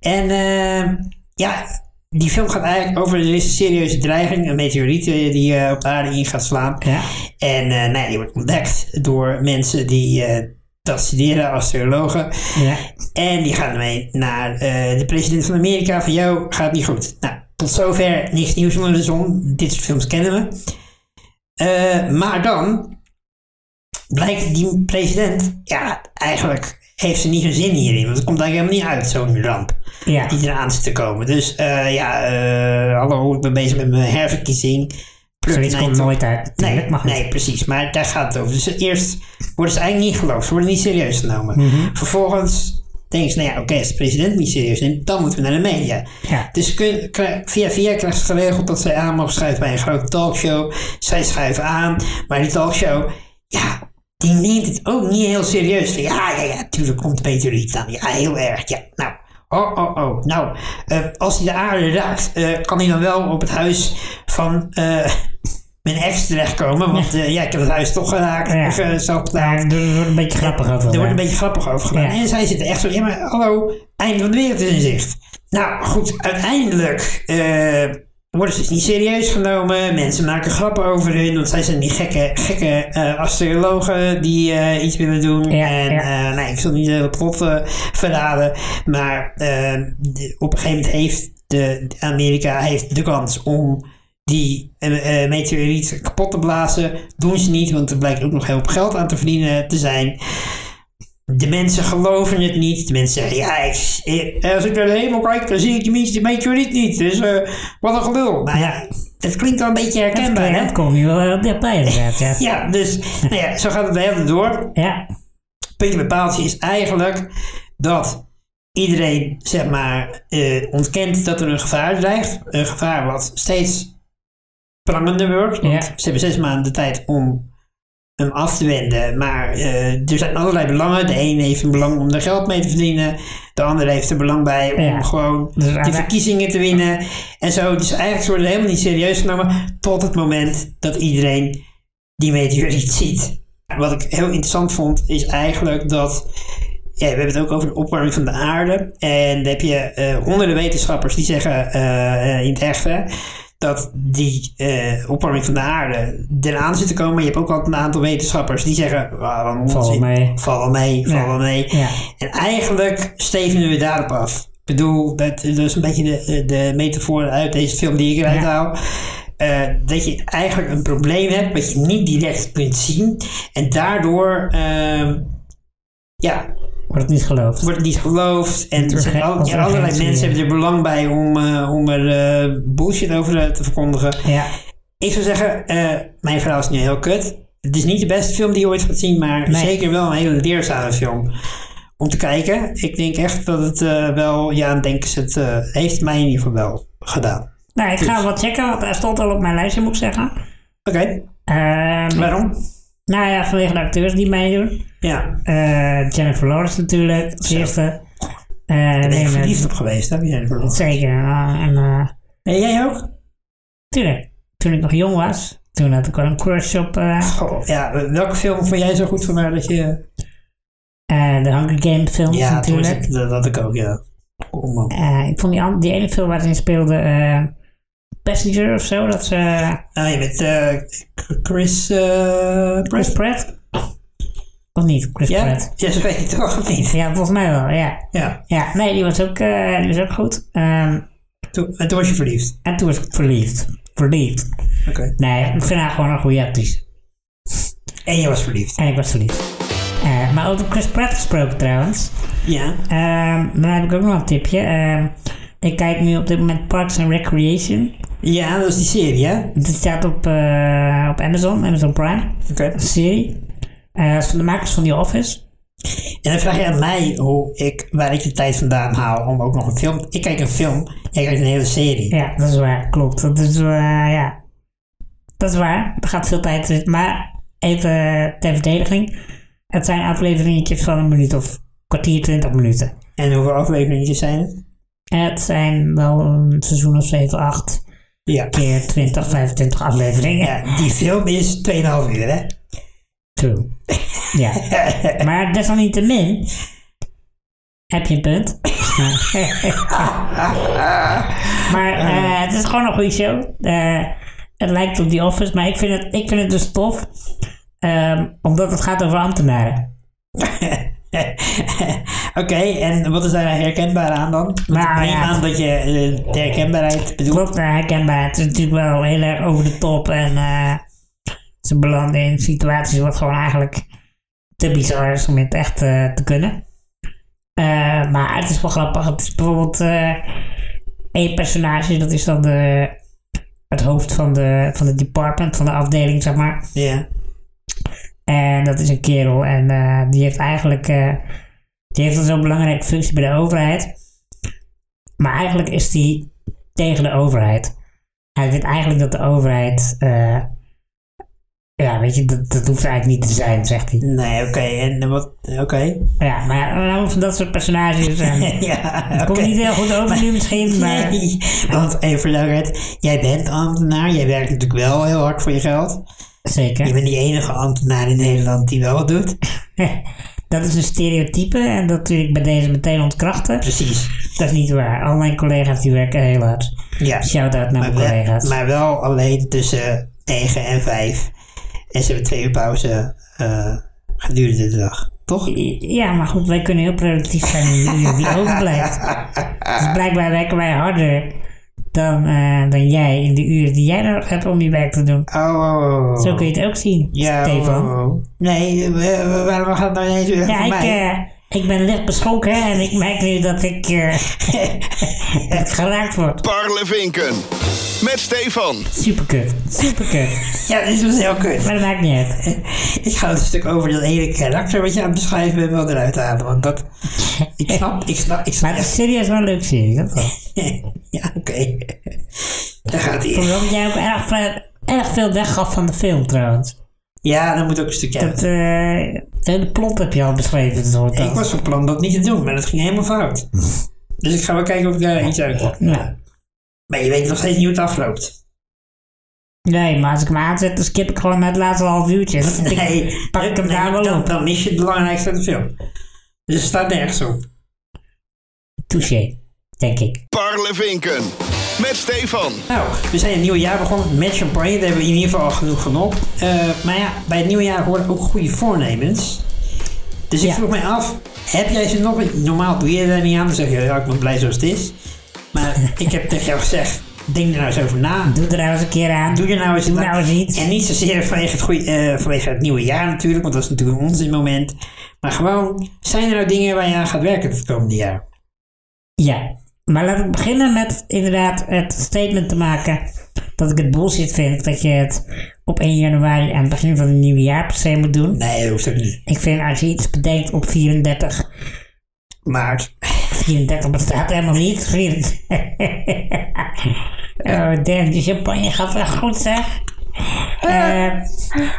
En ehm, ja... Die film gaat eigenlijk over er is een serieuze dreiging, een meteoriet eh, die eh, op de aarde in gaat slaan.
Ja.
En eh nee, die wordt ontdekt door mensen die eh, dat studeren als theologen.
Ja.
En die gaan ermee naar eh, de president van Amerika van jou gaat niet goed. Nou, tot zover niks nieuws onder de zon. Dit soort films kennen we. Eh, maar dan blijkt die president, ja, eigenlijk heeft ze niet hun zin hierin. Want het komt eigenlijk helemaal niet uit, zo'n ramp
Ja.
die eraan zit te komen. Dus eh, ja, eh, hallo, ik ben bezig met mijn herverkiezing. Pluk
Zoiets
nee,
komt
toch-
nooit uit.
Nee,
natuurlijk, maar goed.
nee, precies. Maar daar gaat het over. Dus eerst worden ze eigenlijk niet geloofd. Ze worden niet serieus genomen. Vervolgens denken ze, nou ja, oké, als de president niet serieus neemt, dan moeten we naar de media.
Ja.
Dus kun, kri- via via krijgt ze geregeld dat zij aan mogen schuiven bij een grote talkshow. Zij schuiven aan, maar die talkshow, ja, die neemt het ook niet heel serieus. Van, ja, ja, ja, tuurlijk komt Peter Liet aan. Ja, heel erg, ja. Nou, oh, oh, oh. Nou, eh, als hij de aarde raakt, eh, kan hij dan wel op het huis van... eh, mijn ex terechtkomen, want eh, ja, ik heb het huis toch geraakt.
Ja.
of, eh, zo gedaan.
Ja, er wordt een beetje grappig over.
Er wordt
gedaan.
een beetje grappig over gedaan.
Ja.
En zij zitten echt zo, ja maar hallo, einde van de wereld is in zicht. Nou goed, uiteindelijk eh, worden ze dus niet serieus genomen. Mensen maken grappen over hun, want zij zijn die gekke, gekke eh, astrologen die eh, iets willen doen.
Ja,
en
ja.
eh, nou, ik zal niet de hele plot eh, verraden, maar eh, de- op een gegeven moment heeft de, Amerika heeft de kans om die eh, eh, meteoriet kapot te blazen. Doen ze niet, want er blijkt ook nog heel veel geld aan te verdienen te zijn. De mensen geloven het niet. De mensen zeggen, ja, ik- eh, als ik naar de hemel kijk, dan zie ik tenminste de meteoriet niet. Dus eh, wat een gelul. Maar ja, dat klinkt wel een beetje herkenbaar, hè?
Dat kom je wel heel dichtbij inderdaad, ja.
Ja, dus nou ja, zo gaat het de hele tijd door.
Ja,
Puntje bij paaltje is eigenlijk dat iedereen, zeg maar, eh, ontkent dat er een gevaar dreigt. Een gevaar wat steeds prangender wordt. Want
Ja.
ze hebben zes maanden de tijd om hem af te wenden. Maar eh, er zijn allerlei belangen. De een heeft een belang om er geld mee te verdienen. De ander heeft er belang bij om
Ja.
gewoon
Dus aan
die
de-
verkiezingen te winnen. En zo. Dus eigenlijk ze worden helemaal niet serieus genomen. Tot het moment dat iedereen die meteoriet ziet. Wat ik heel interessant vond, is eigenlijk dat. Ja, we hebben het ook over de opwarming van de aarde. En dan heb je eh, honderden wetenschappers die zeggen eh, eh, in het echte dat die eh, opwarming van de aarde eraan zit te komen. Maar je hebt ook al een aantal wetenschappers die zeggen: "Ah, wat een
Val
onzin.
mee."
Val wel mee, val
Ja.
wel mee.
Ja.
En eigenlijk stevenen we daarop af. Ik bedoel, dat, dat is dus een beetje de, de metafoor uit deze film die ik eruit
Ja.
haal. Eh, dat je eigenlijk een probleem hebt wat je niet direct kunt zien. En daardoor ehm, ja,
wordt het niet geloofd.
wordt het niet geloofd. En er zijn
urgen-
al-
als
ja, allerlei
urgentie,
mensen
ja.
hebben er belang bij om, eh, om er eh, bullshit over eh, te verkondigen.
Ja,
Ik zou zeggen, eh, mijn verhaal is nu heel kut. Het is niet de beste film die je ooit gaat zien, maar
Nee.
zeker wel een hele leerzame film om te kijken. Ik denk echt dat het eh, wel, ja, aan denken zet, eh, heeft mij in ieder geval wel gedaan.
nou ik ga
Dus-
hem wel checken, want hij stond al op mijn lijstje moet ik zeggen.
Oké,
Ehm,
waarom?
nou ja, vanwege de acteurs die meedoen.
Ja,
Eh, Jennifer Lawrence natuurlijk, als eerste. Eh,
ben je
Leonard-
verliefd op geweest, heb jij er
Zeker. ja, en, eh,
En jij ook?
tuurlijk, toen ik nog jong was, toen had ik wel een crush op eh,
Goh, Oh, ja, welke film vond jij zo goed van haar dat je...
eh, de Hunger Games films
Ja,
natuurlijk.
natuurlijk. dat had ik ook, ja. Oh, man.
Eh, ik vond die, an- die ene film waar ze in speelde, eh, Passenger of zo, dat ze...
Ah, je bent eh, Chris... eh
Chris
Pratt?
Pratt? Of niet, Chris
Ja?
Pratt?
Ja, zo weet ik toch of niet.
Ja, volgens mij wel, ja.
Ja,
Ja, nee, die was ook, eh, die was ook goed. Ehm,
toen, en toen was je verliefd.
en toen was ik verliefd. Verliefd.
Oké.
Nee, ik vind haar gewoon een goede actrice.
En je was verliefd.
En ik was verliefd. Eh, maar over Chris Pratt gesproken trouwens.
Ja.
Ehm, dan heb ik ook nog een tipje. Ehm, ik kijk nu op dit moment Parks and Recreation.
Ja, dat is die serie, hè? Oké.
Dit staat op, eh, op Amazon, Amazon Prime. Een serie. Eh, dat is van de makers van The Office.
En dan vraag je aan mij hoe ik, waar ik de tijd vandaan haal om ook nog een film... Ik kijk een film, jij kijkt een hele serie.
Ja, dat is waar, klopt. Dat is, eh, ja. dat is waar. Er gaat veel tijd in zitten. Maar even eh, ter verdediging. Het zijn afleveringetjes van een minuut of kwartier, twintig minuten.
En hoeveel afleveringen zijn het?
Het zijn wel een seizoen of 7, 8
Ja.
keer 20, 25 afleveringen.
Ja, die film is 2,5 uur, hè?
True. Ja. maar desalniettemin heb je een punt. maar eh, het is gewoon een goede show. Eh, het lijkt op The Office, maar ik vind het, ik vind het dus tof. ehm, omdat het gaat over ambtenaren.
Oké, en wat is daar herkenbaar aan dan? Want
Nou,
ik neem
ja.
aan dat je eh, de herkenbaarheid bedoelt.
Klopt, eh, herkenbaar. Het is natuurlijk wel heel erg over de top. En eh, ze belanden in situaties wat gewoon eigenlijk te bizar is om in het echt eh, te kunnen. Eh, maar het is wel grappig. Het is bijvoorbeeld eh, één personage, dat is dan de, het hoofd van de, van de department, van de afdeling, zeg maar.
Ja.
En dat is een kerel. En eh, die heeft eigenlijk. eh, die heeft dan zo'n belangrijke functie bij de overheid. Maar eigenlijk is die tegen de overheid. Hij vindt eigenlijk dat de overheid. eh, ja, weet je, dat, dat hoeft eigenlijk niet te zijn, zegt hij.
Nee, oké, en wat... Oké.
Ja, maar een hoop van dat soort personages. eh, En, het
ja, oké.
komt niet heel goed over nu misschien, maar.
Nee, want even voor de duidelijkheid, jij bent ambtenaar, jij werkt natuurlijk wel heel hard voor je geld. Je
Zeker.
bent die enige ambtenaar in Nederland die wel wat doet.
Dat is een stereotype en dat wil ik bij deze meteen ontkrachten.
Precies.
Dat is niet waar. Al mijn collega's die werken heel hard.
Ja.
Shout-out naar mijn
wel-
collega's.
maar wel alleen tussen 9 en 5. En ze hebben twee uur pauze eh, gedurende de dag. Toch?
Ja, maar goed, wij kunnen heel productief zijn in de uur die overblijft. Dus blijkbaar werken wij harder dan, eh, dan jij in de uren die jij nodig hebt om je werk te doen.
Oh, oh, oh, oh.
Zo kun je het ook zien,
Ja,
Stefan.
oh, oh. Nee, we- we- waarom gaat het nou ineens weer
Ja,
voor
ik,
mij?
eh, ik ben licht beschonken en ik merk nu dat ik eh, echt geraakt word.
Parlevinken. Met Stefan.
Superkut, superkut.
Ja, dit was heel kut.
Maar dat maakt niet uit.
Ik ga het stuk over dat ene karakter wat je aan het beschrijven bent wel eruit halen. Want dat... Ik snap, ik snap, ik snap.
Maar het is serieus wel een leuk serie, dat wel.
Ja, oké. Daar gaat hij.
Omdat jij ook erg, ver- erg veel weg gaf van de film trouwens.
Ja, dat moet ook een stukje uit.
Het, eh, het hele plot heb je al beschreven, dat hoort
Ik
al.
was van plan dat niet te doen, maar dat ging helemaal fout. Dus ik ga wel kijken of ik daar iets uit heb.
Ja.
Maar je weet nog steeds niet hoe het afloopt.
Nee, maar als ik hem aanzet, dan skip ik gewoon naar het laatste half uurtje. Dan pak ik-
Nee,
pak ik hem
nee,
daar wel
dan,
op.
dan mis je het belangrijkste uit de film. Dus het staat nergens op.
Touché, denk ik.
Parlevinken. Met Stefan.
Nou, we zijn het nieuwe jaar begonnen met champagne. Daar hebben we in ieder geval al genoeg van op. Eh, maar ja, bij het nieuwe jaar horen ook goede voornemens. Dus ik
Ja.
vroeg mij af, heb jij ze nog? Normaal doe je daar niet aan. Dan zeg je, ja, ik ben blij zoals het is. Maar ik heb tegen jou gezegd, denk er nou eens over na.
Doe er nou eens een keer aan.
Doe je nou eens,
nou eens iets.
En niet zozeer vanwege het, goeie, eh, vanwege het nieuwe jaar natuurlijk, want dat is natuurlijk een onzinmoment. Maar gewoon, zijn er nou dingen waar je aan gaat werken het komende jaar?
Ja, maar laat ik beginnen met inderdaad het statement te maken dat ik het bullshit vind dat je het op 1 januari aan het begin van het nieuwe jaar per se moet doen.
Nee, dat hoeft ook niet.
Ik vind als je iets bedenkt op 34,
Maar
34 bestaat helemaal niet. 34. oh damn, die champagne gaat wel goed zeg. Eh,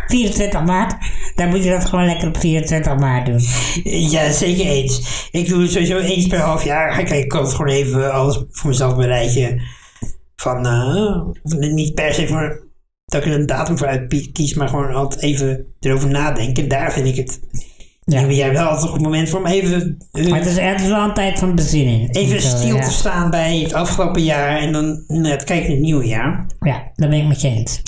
24 maart, dan moet je dat gewoon lekker op 24 maart doen.
Ja, zeker eens. Ik doe het sowieso eens per half jaar. Ik- Ik kan het gewoon even alles voor mezelf bereiden. Van, eh, niet per se voor dat ik er een datum voor uit kies, maar gewoon altijd even erover nadenken. Daar vind ik het
Ja.
nieuwe jaar wel altijd een goed moment voor om even, eh,
Maar het is, het is wel een tijd van bezinning.
even
Zo,
stil
ja.
te staan bij het afgelopen jaar en dan net kijken naar het nieuwe jaar.
Ja, daar ben ik met je eens.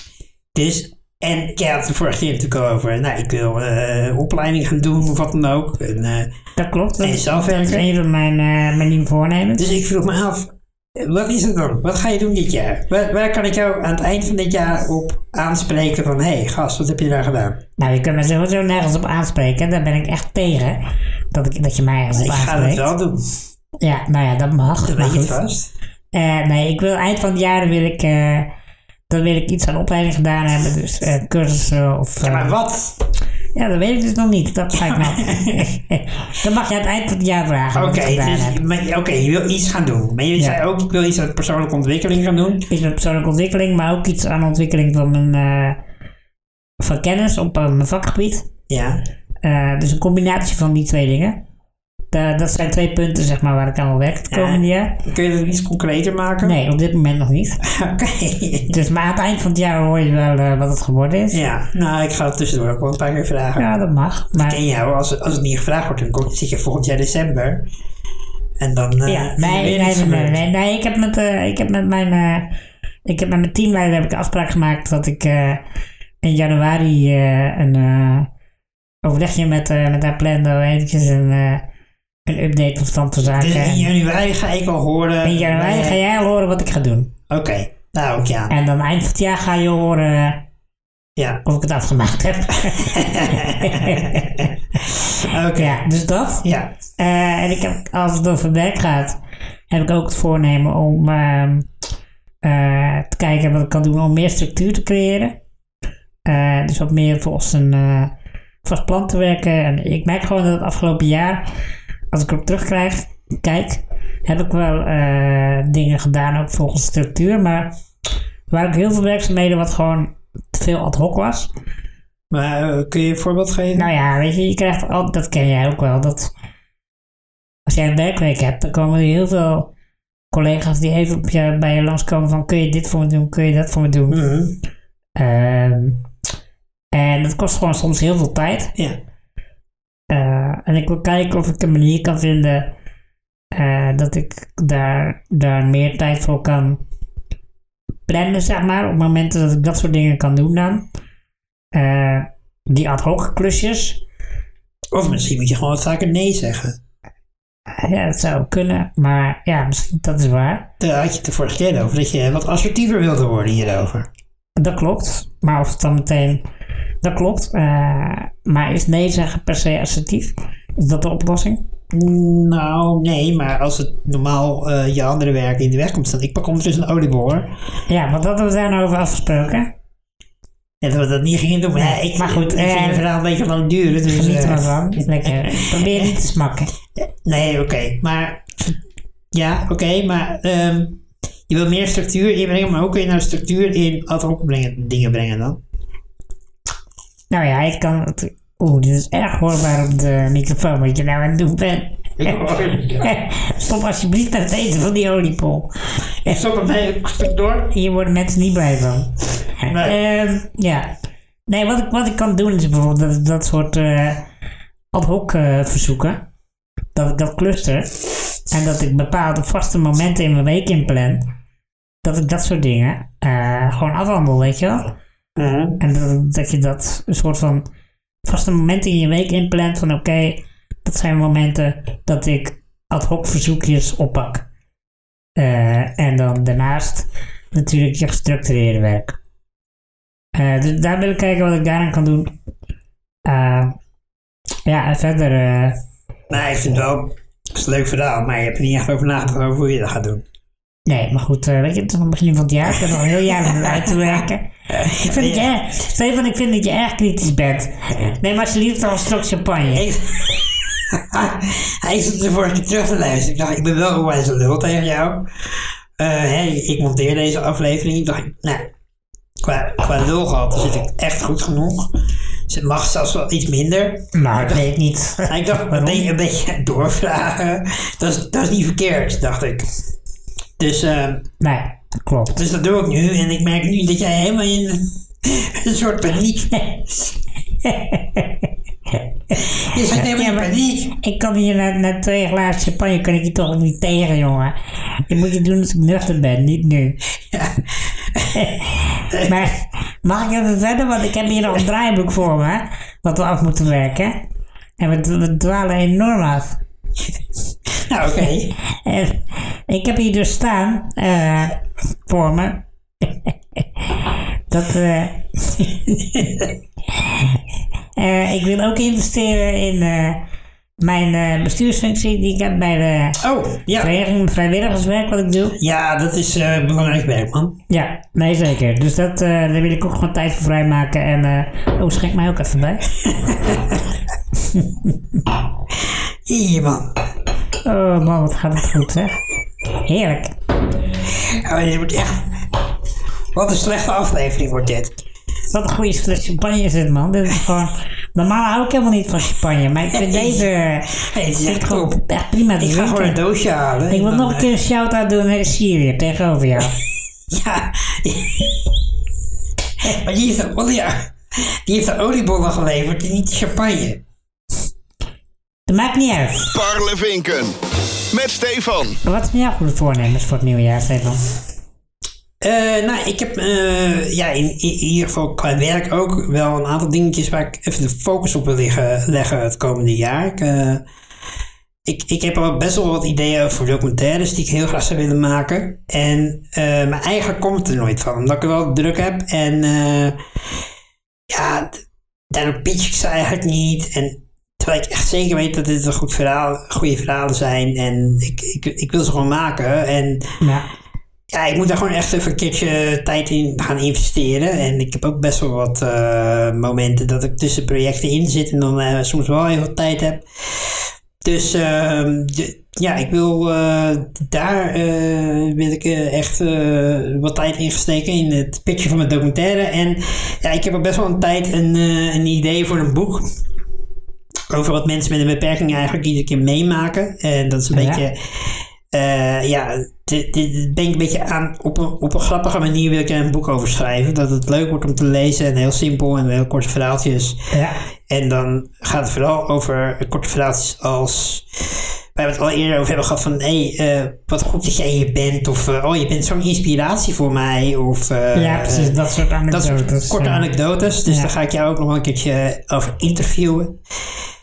Dus, en ik had het de vorige keer natuurlijk al over, nou, ik wil eh opleiding gaan doen of wat dan ook. En, eh,
Dat klopt. Dat
en
is
zelf
dat is
werken.
een van mijn, eh, mijn nieuwe voornemens.
Dus ik vroeg me af, wat is het dan? Wat ga je doen dit jaar? Waar, waar kan ik jou aan het eind van dit jaar op aanspreken van... hé hey, gast, wat heb je daar gedaan?
Nou, je kunt me sowieso nergens op aanspreken. Daar ben ik echt tegen. Dat, ik, dat je mij ergens op
Ik ga
aanspreekt.
dat wel doen.
Ja, nou ja, dat mag.
Dat
maar
weet je
goed.
vast.
Eh, nee, ik wil eind van het jaar wil ik, eh, dan wil ik iets aan opleiding gedaan hebben. Dus eh, cursussen of... eh,
Maar wat?
ja, dat weet ik dus nog niet. Dat ga ik nou... dan mag je aan het eind van het jaar vragen wat
Oké,
ik gedaan heb.
dus, maar- oké, je wil iets gaan doen. Maar je
Ja.
zei ook, ik wil iets aan persoonlijke ontwikkeling gaan doen.
Iets met persoonlijke ontwikkeling, maar ook iets aan ontwikkeling van mijn... eh, van kennis op eh, mijn vakgebied.
Ja.
Eh, dus een combinatie van die twee dingen. Da- dat zijn twee punten zeg maar, waar ik aan wil werken het komende jaar.
Kun je dat iets concreter maken?
Nee, op dit moment nog niet.
Oké.
Dus maar aan het eind van het jaar hoor je wel eh, wat het geworden is. Ja,
Ja, nou, ik ga het tussendoor ook wel een paar keer vragen.
dat mag. Maar
En ja, hoor, als, als het niet gevraagd wordt, dan kom- zit je volgend jaar december. En dan... eh,
ja,
is er
nee,
weer
nee,
iets
nee, nee,
gebeurd.
nee, nee, ik heb met, eh, ik heb met mijn, eh, ik heb met mijn teamleider heb ik een afspraak gemaakt dat ik eh, in januari eh, een eh, overlegje met, eh, met haar plando eventjes een, eh, een update van stand van zaken.
Dus in
En
januari ga ik al horen.
in januari ga jij al horen wat ik ga doen.
Oké, nou ook ja.
En dan eind van het jaar ga je horen eh,
Ja.
of ik het afgemaakt heb.
Oké.
ja, dus dat.
Ja.
Eh, en ik heb, als het over werk gaat, heb ik ook het voornemen om ehm, eh, te kijken wat ik kan doen om meer structuur te creëren. Eh, dus wat meer volgens een eh, vast plan te werken. En ik merk gewoon dat het afgelopen jaar, als ik erop terugkrijg, kijk, heb ik wel eh, dingen gedaan ook volgens structuur. Maar waar ik heel veel werkzaamheden wat gewoon te veel ad hoc was.
Maar eh, kun je een voorbeeld geven?
Nou ja, weet je, je krijgt al, dat ken jij ook wel, dat als jij een werkweek hebt, dan komen er heel veel collega's die even op je, bij je langskomen van kun je dit voor me doen, kun je dat voor me doen.
Mhm.
Ehm, en dat kost gewoon soms heel veel tijd.
Ja.
Eh, en ik wil kijken of ik een manier kan vinden eh, dat ik daar, daar meer tijd voor kan plannen, zeg maar. Op momenten dat ik dat soort dingen kan doen dan. Eh, die ad hoc klusjes.
Of misschien moet je gewoon wat vaker nee zeggen.
Ja, dat zou kunnen. Maar ja, misschien dat is waar.
Daar had je het de vorige keer over, dat je wat assertiever wilde worden hierover.
Dat klopt. Maar of het dan meteen... Dat klopt. Eh, maar is nee zeggen per se assertief? Is dat de oplossing?
Nou, nee, maar als het normaal eh, je andere werk in de weg komt staan. Ik pak ondertussen een oliebol hoor.
Ja, want dat hadden we daar nou over afgesproken.
En dat we dat niet gingen doen. Maar, ja, ik,
maar goed,
ik vind
eh,
het verhaal een beetje lang duren. Dus,
Geniet er
eh,
maar van. Lekker. Probeer niet te smakken.
Nee, oké. Maar, ja, oké, maar ehm, je wil meer structuur inbrengen, maar hoe kun je nou structuur in ad hoc brengen- dingen brengen dan?
Nou ja, ik kan het... Oeh, dit is erg hoorbaar op de microfoon wat je nou aan het doen bent. Stop alsjeblieft met het eten van die oliepol.
Ik stop hem even stuk door.
Hier worden mensen niet blij van. Ehm, ja. Nee, wat ik, wat ik kan doen is bijvoorbeeld dat, dat soort eh, ad hoc eh, verzoeken. Dat ik dat cluster. En dat ik bepaalde vaste momenten in mijn week inplan. Dat ik dat soort dingen eh, gewoon afhandel, weet je wel.
Mhm.
En dat, dat je dat een soort van vaste momenten in je week inplant van oké, dat zijn momenten dat ik ad hoc verzoekjes oppak. Eh, en dan daarnaast natuurlijk je gestructureerde werk. Eh, dus daar wil ik kijken wat ik daaraan kan doen. Eh, ja, en verder. eh,
Nee, ik vind het wel het is een leuk verhaal, maar je hebt er niet echt over nagedacht over hoe je dat gaat doen.
nee, maar goed, eh, weet je, het is nog het begin van het jaar. Ik heb nog een heel jaar om het uit te werken. Ik vind dat je, erg- Stefan, ik vind dat je erg kritisch bent. Neem alsjeblieft al een strok champagne.
Ik- Hij zat de vorige keer terug te luisteren. Ik dacht, ik ben wel gewoon een lul tegen jou. Eh, hè, ik monteer deze aflevering. Ik dacht, nou, qua, qua lulgehalte zit ik echt goed genoeg. Ze mag zelfs wel iets minder.
Nou, dat weet ik niet.
Maar ik dacht, een beetje, een beetje doorvragen. Dat is, dat is niet verkeerd, dacht ik. Dus, eh,
Nee, klopt.
dus dat doe ik nu. En ik merk nu dat jij helemaal in een soort paniek bent. Je zit helemaal in paniek.
Ik kan hier na, na twee glazen champagne kan ik je toch niet tegen, jongen. Je moet je doen als ik nuchter ben, niet nu. maar mag ik even verder? Want ik heb hier nog een draaiboek voor me, wat we af moeten werken. En we, we dwalen enorm af.
Nou, oké.
En ik heb hier dus staan eh, voor me. Dat. eh, eh, ik wil ook investeren in eh, mijn eh, bestuursfunctie die ik heb bij de
Oh, ja.
vereniging vrijwilligerswerk wat ik doe.
Ja, dat is eh, belangrijk werk, man.
Ja, nee zeker. Dus dat, eh, daar wil ik ook gewoon tijd voor vrijmaken. En eh oh, schenk mij ook even bij.
Hier, man.
Oh man, wat gaat het goed zeg. Heerlijk.
Oh, dit wordt echt... Wat een slechte aflevering wordt dit.
Wat een goede fles champagne is dit, man. Dit is gewoon... Normaal hou ik helemaal niet van champagne, maar ik vind deze...
Nee, dit is
vind
echt
ik gewoon
top.
echt prima te
Ik ga gewoon een
drinken.
doosje halen.
Ik wil
En
nog
dan,
een keer een shout-out doen naar de Syrië tegenover jou.
eh, Ja. maar die heeft, de olie, die heeft de oliebollen geleverd en niet de champagne.
Dat maakt niet uit.
Parlevinken. Met Stefan.
Maar Wat zijn jouw goede voornemens voor het nieuwe jaar, Stefan?
Eh, nou, ik heb eh, ja, in, in, in ieder geval qua werk ook wel een aantal dingetjes waar ik even de focus op wil liggen, leggen het komende jaar. Ik, eh, ik, ik heb al best wel wat ideeën voor documentaires die ik heel graag zou willen maken. En, eh, maar eigenlijk komt het er nooit van, omdat ik het wel druk heb. En eh, ja, d- daardoor pitch ik ze eigenlijk niet. En terwijl ik echt zeker weet dat dit een goed verhaal, goede verhalen zijn. En ik, ik, ik wil ze gewoon maken. En
Ja.
ja, ik moet daar gewoon echt even een keertje eh, tijd in gaan investeren. En ik heb ook best wel wat eh, momenten dat ik tussen projecten in zit en dan eh, soms wel heel veel tijd heb. Dus ehm, de- ja, ik wil eh, daar eh, wil ik eh, echt eh, wat tijd in steken in het pitchen van mijn documentaire. En ja, ik heb al best wel een tijd een, eh, een idee voor een boek. Over wat mensen met een beperking eigenlijk iedere keer meemaken. En dat is een
Ja.
beetje eh, ja, dit, dit, dit ben ik een beetje aan. Op een, op een grappige manier wil ik er een boek over schrijven. Dat het leuk wordt om te lezen en heel simpel en heel korte verhaaltjes.
Ja.
En dan gaat het vooral over korte verhaaltjes als. waar we het al eerder over hebben gehad van hé, hey, eh, wat goed dat jij hier bent. Of eh, oh, je bent zo'n inspiratie voor mij. Of, eh,
ja, precies,
eh,
dat soort
dat
anekdotes.
soort korte
ja.
anekdotes. Dus
Ja.
daar ga ik jou ook nog wel een keertje over interviewen,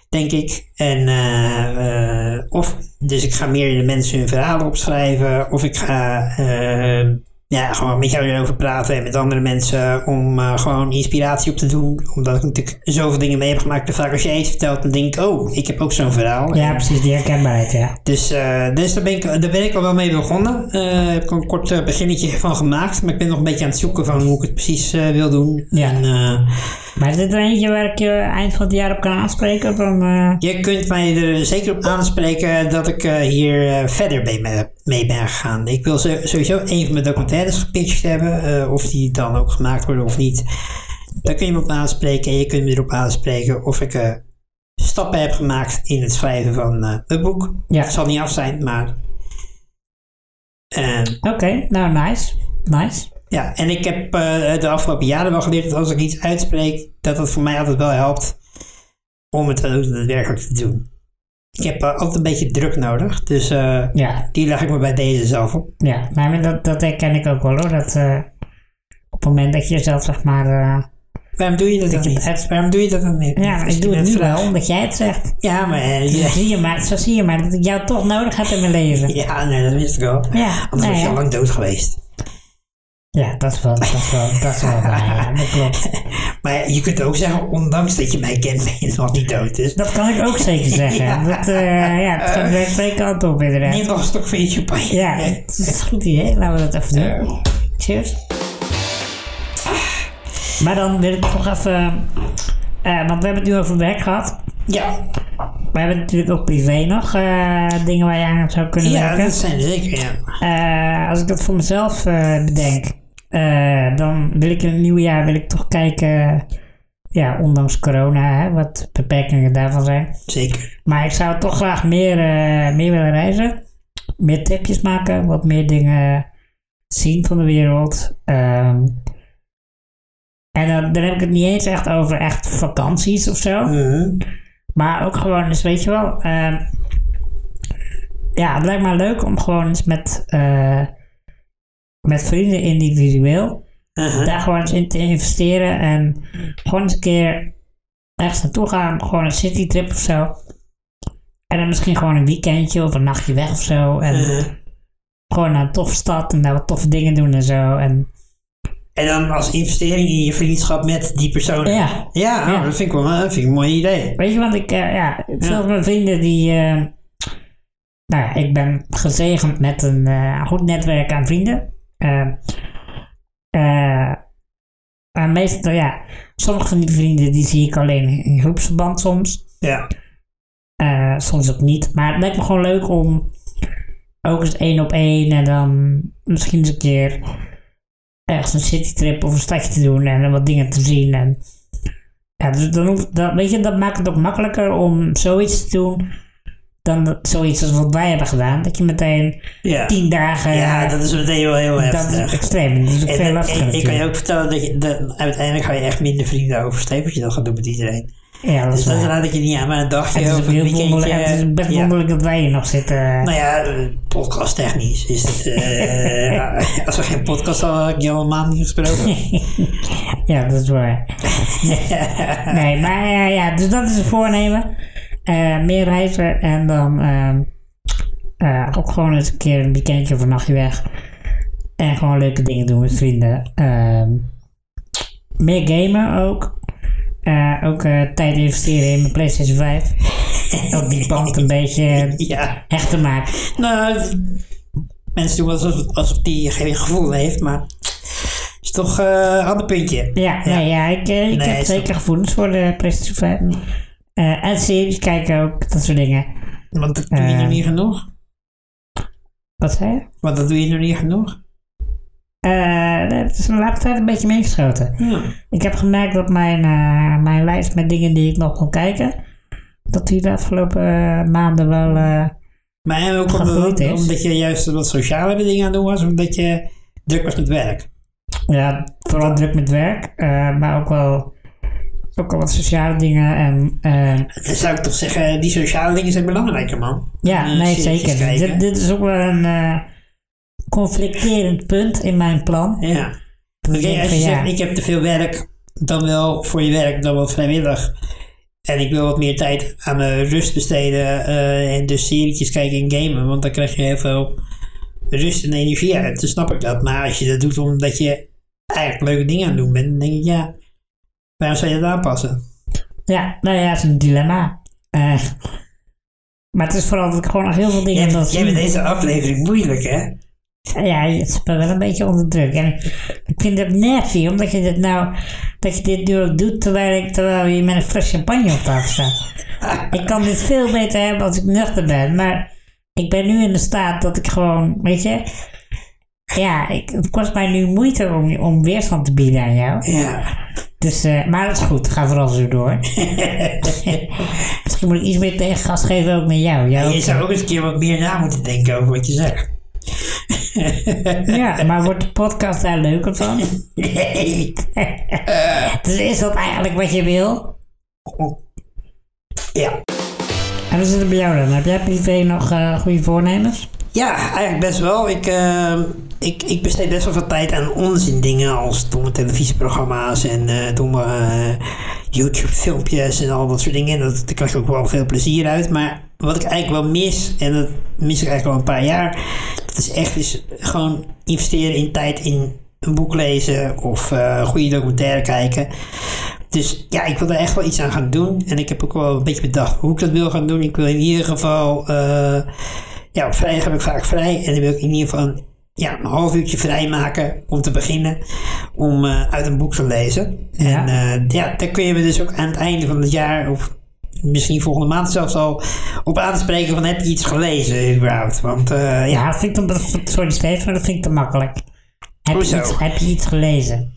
denk ik. En, eh, eh, of, dus ik ga meer de mensen hun verhalen opschrijven. Of ik ga eh, ja, gewoon met jou erover praten en met andere mensen om eh, gewoon inspiratie op te doen. Omdat ik natuurlijk zoveel dingen mee heb gemaakt. De vaak als jij iets vertelt, dan denk ik, oh, ik heb ook zo'n verhaal.
Ja, precies, die herkenbaarheid, ja.
Dus, eh, dus daar, ben ik, daar ben ik al wel mee begonnen. Eh heb ik een kort eh, beginnetje van gemaakt. Maar ik ben nog een beetje aan het zoeken van hoe ik het precies eh, wil doen.
Ja.
En, eh,
Maar is dit er eentje waar ik je eind van het jaar op kan aanspreken? Van, eh,
je kunt mij er zeker op aanspreken dat ik eh, hier eh, verder mee, ben- mee ben gegaan. Ik wil zo- sowieso een van mijn documentaires gepitcht hebben. eh, of die dan ook gemaakt worden of niet. Daar kun je me op aanspreken. En je kunt me erop aanspreken of ik eh, stappen heb gemaakt in het schrijven van eh mijn boek.
Ja.
Het zal niet af zijn, maar... eh,
Oké, nou, nice. Nice.
Ja, en ik heb eh, de afgelopen jaren wel geleerd dat als ik iets uitspreek, dat dat voor mij altijd wel helpt om het ook daadwerkelijk te doen. Ik heb eh, altijd een beetje druk nodig, dus eh,
Ja,
die leg ik me bij deze zelf op.
ja. Maar dat, dat herken ik ook wel hoor. Dat eh, op het moment dat je zelf zeg maar... eh,
Waarom doe je dat dan
je
niet?
het-
Waarom doe je dat dan niet?
ja,
Als je
ik doe het
net
nu
vraagt.
wel, omdat jij het zegt.
Ja, maar... eh,
Zo
ja,
zie je maar, zo zie je maar dat ik jou toch nodig heb in mijn leven.
ja, nee, dat wist ik al.
Ja,
Anders
nou
was je
ja.
al lang dood geweest.
Ja, dat is wel, dat is wel, dat is wel waar, ja, dat klopt.
Maar ja, je kunt ook zeggen, ondanks dat je mij kent, ben je nog niet dood. Dus
Dat kan ik ook zeker zeggen.
Ja.
Dat, eh, ja, het gaat werkt twee kanten op
neem
inderdaad.
nog een stok van je champagne.
Ja, dat is een goed idee. Laten we dat even doen. Cheers. Maar dan wil ik nog even... eh, want we hebben het nu over werk gehad.
Ja,
We hebben natuurlijk ook privé nog eh, dingen waar je aan zou kunnen
ja dus-
werken.
dat zijn er zeker, ja.
Eh, als ik dat voor mezelf eh, bedenk, eh, dan wil ik in het nieuwe jaar wil ik toch kijken, ja, ondanks corona, hè, wat de beperkingen daarvan zijn.
Zeker.
Maar ik zou toch graag meer, eh, meer willen reizen, meer tripjes maken, wat meer dingen zien van de wereld. ehm. en dan, dan heb ik het niet eens echt over echt vakanties of zo.
Mhm.
Maar ook gewoon eens, weet je wel. ehm, ja, het lijkt me leuk om gewoon eens met, eh, met vrienden individueel
Aha.
daar gewoon eens in te investeren. En gewoon eens een keer ergens naartoe gaan. Gewoon een citytrip of zo. En dan misschien gewoon een weekendje of een nachtje weg of zo. En
Mhm.
gewoon naar een toffe stad en daar wat toffe dingen doen en zo. En
En dan als investering in je vriendschap met die persoon. Ja,
ja,
oh,
Ja.
dat vind ik wel dat vind ik een mooi idee.
Weet je, want ik, eh, ja, veel van mijn vrienden die, eh, nou ja, ik ben gezegend met een eh, goed netwerk aan vrienden. Eh, eh, maar meestal, ja, sommige van die vrienden die zie ik alleen in groepsverband soms.
Ja.
Eh, soms ook niet. Maar het lijkt me gewoon leuk om ook eens één op één en dan misschien eens een keer ergens een citytrip of een stadje te doen en dan wat dingen te zien. En, ja, dus dan hoeft, dat, weet je, dat maakt het ook makkelijker om zoiets te doen dan dat- zoiets als wat wij hebben gedaan. Dat je meteen
Ja.
tien dagen...
ja, dat is meteen wel heel
dat
heftig.
is extreem. Dat is ook
en,
veel
en-
lastiger
en ik kan je
natuurlijk.
ook vertellen dat je dat, uiteindelijk ga je echt minder vrienden overstrepen als je dat gaat doen met iedereen.
Ja, dat is
Dus dat
waar.
raad ik je niet aan, maar een dagje
Het is, ook
of een
heel
weekendje.
wonderlijk, het is best
ja.
wonderlijk dat wij hier nog zitten.
Nou ja, eh, podcasttechnisch is het. eh, ja, als we geen podcast hadden, had ik je al een maand niet gesproken.
Ja, dat is waar. nee, maar eh, ja, dus dat is het voornemen. Eh, meer reizen en dan ehm, eh, ook gewoon eens een keer een weekendje of een nachtje weg. En gewoon leuke dingen doen met vrienden. Ehm, meer gamen ook. Eh, ook eh, tijd investeren in mijn PlayStation 5. Ook die band een beetje
ja.
hechter maken.
Nou, mensen doen alsof, alsof die geen gevoel heeft, maar is toch eh, een ander puntje.
Ja, nee, ja ik, eh, ik
Nee,
heb
is dat-
zeker gevoelens voor de PlayStation 5. Eh, en series kijken ook, dat soort dingen.
Want dat doe je
Eh.
nog niet genoeg.
Wat zei je?
Want dat doe je nog niet genoeg.
Eh, nee, het is de laatste tijd een beetje meegeschoten.
Ja.
Ik heb gemerkt dat mijn, eh, mijn lijst met dingen die ik nog wil kijken, dat die de afgelopen eh, maanden wel. eh,
Maar en ook omdat,
Gegroeid is.
omdat je juist wat sociale dingen aan het doen was, omdat je druk was met werk.
ja, vooral druk met werk, eh, maar ook wel Ook al wat sociale dingen. En, eh,
Dan zou ik toch zeggen, die sociale dingen zijn belangrijker, man.
ja,
Eh,
nee,
series
zeker.
kijken.
Dit, dit is ook wel een eh, conflicterend punt in mijn plan.
Ja. Oké,
denk
als
van,
je
ja.
zegt, ik heb te veel werk, dan wel voor je werk, dan wel vrijwillig. En ik wil wat meer tijd aan mijn rust besteden eh, en dus serietjes kijken en gamen. Want dan krijg je heel veel rust en energie uit. Dan snap ik dat. Maar als je dat doet omdat je eigenlijk leuke dingen aan het doen bent, dan denk ik, ja, waarom zou je dat aanpassen?
Ja, nou ja, het is een dilemma. Eh, maar het is vooral dat ik gewoon nog heel veel dingen
Jij,
wil
jij
zien.
bent deze aflevering moeilijk, hè?
Nou Ja, het is wel een beetje onder druk. En ik vind het nervy, omdat je dit nou, dat je dit nu ook doet terwijl, ik, terwijl je met een fles champagne op tafel staat. ik kan dit veel beter hebben als ik nuchter ben, maar ik ben nu in de staat dat ik gewoon, weet je, ja, ik, het kost mij nu moeite om, om weerstand te bieden aan jou.
Ja.
Dus, eh, maar dat is goed, ga vooral zo door. Misschien moet ik iets meer tegengas geven ook met jou. jou
Je
ook.
zou ook eens een keer wat meer na moeten denken over wat je zegt.
Ja, maar wordt de podcast daar leuker van?
Nee.
Dus is dat eigenlijk wat je wil?
Ja.
En we zitten bij jou dan. Heb jij privé nog eh, goede voornemens?
Ja, eigenlijk best wel. Ik, ehm, ik, ik besteed best wel veel tijd aan onzin dingen als domme televisieprogramma's en eh domme eh, YouTube-filmpjes en al dat soort dingen. En dat, daar krijg ik ook wel veel plezier uit. Maar wat ik eigenlijk wel mis, en dat mis ik eigenlijk al een paar jaar, dat is echt is gewoon investeren in tijd in een boek lezen of eh, goede documentaire kijken. Dus ja, ik wil daar echt wel iets aan gaan doen. En ik heb ook wel een beetje bedacht hoe ik dat wil gaan doen. Ik wil in ieder geval. eh, ja, op vrijdag heb ik vaak vrij. En dan wil ik in ieder geval een, ja, een half uurtje vrijmaken om te beginnen. Om eh, uit een boek te lezen.
Ja.
En eh, ja, daar kun je me dus ook aan het einde van het jaar of misschien volgende maand zelfs al op aanspreken van heb je iets gelezen überhaupt. Want eh, ja,
Ja, dat vind ik te, dat- sorry Steven, maar dat vind ik te makkelijk. Heb je,
Hoezo?
iets, heb je iets gelezen?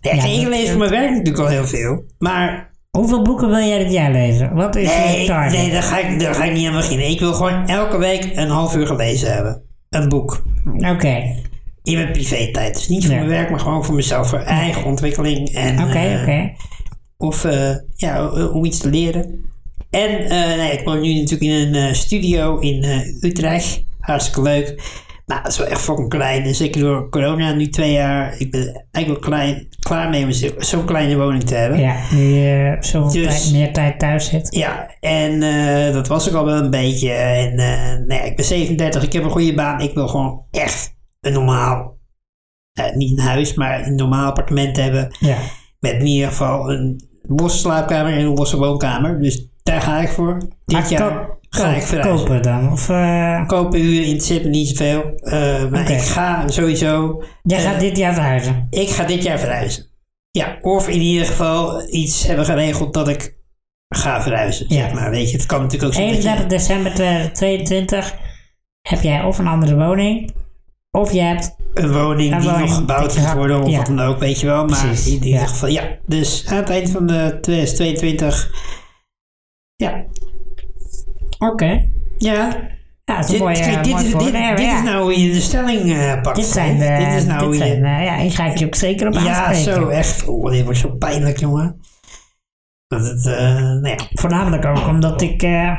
ja,
Ja,
ik
dat-
lees voor mijn werk natuurlijk al heel veel. Maar
Hoeveel boeken wil jij dit jaar lezen? Wat is je
nee,
target?
nee daar, ga ik, daar ga ik niet aan beginnen. Ik wil gewoon elke week een half uur gelezen hebben. Een boek.
Oké,
In mijn privé tijd. Dus niet voor
Ja.
mijn werk, maar gewoon voor mezelf. Voor eigen ontwikkeling. En,
oké,
eh,
oké.
Of eh, ja, o- om iets te leren. En eh, nee, ik woon nu natuurlijk in een eh, studio in eh, Utrecht. Hartstikke leuk. Maar dat is wel echt fucking klein. En zeker door corona, nu twee jaar. Ik ben eigenlijk wel klein, klaar mee om zo- zo'n kleine woning te hebben.
Ja, nu je zoveel
Dus-
tijd, meer tijd thuis zit.
Ja, en eh, dat was ik al wel een beetje. En eh, nee, ik ben 37, ik heb een goede baan. Ik wil gewoon echt een normaal, eh, niet een huis, maar een normaal appartement hebben.
Ja,
Met in ieder geval een losse slaapkamer en een losse woonkamer. Dus daar ga ik voor. Dit
Maar
jaar
ko-
ga
ko-
ik verhuizen.
kopen dan? Of, eh,
Kopen huren interesseert me niet zoveel. eh, maar
Oké.
ik ga sowieso...
jij
eh,
gaat dit jaar verhuizen?
Ik ga dit jaar verhuizen. Ja, of in ieder geval iets hebben geregeld dat ik ga verhuizen.
Ja.
Zeg maar, weet je. Het kan natuurlijk ook zijn dat je-
31 december 2022 heb jij of een andere woning, of je hebt
een woning
Een
die
woning
nog gebouwd
die-
moet worden of
ja.
wat dan ook, weet je wel. Maar
Precies,
in ieder
ja.
geval, ja. Dus aan het eind van de 2022, ja.
Oké.
Ja,
Ja, dat is
dit,
een mooie,
kijk, dit,
mooi
is, dit,
voornemen,
dit
ja.
is nou hoe je de stelling eh, pakt.
Dit zijn
hè?
de...
dit is nou hoe je...
zijn, eh, ja, hier ga ik je ook zeker op
ja,
aanspreken.
zo, echt. Oh, dit wordt zo pijnlijk, jongen. Dat het, eh, nou ja.
Voornamelijk ook omdat ik eh,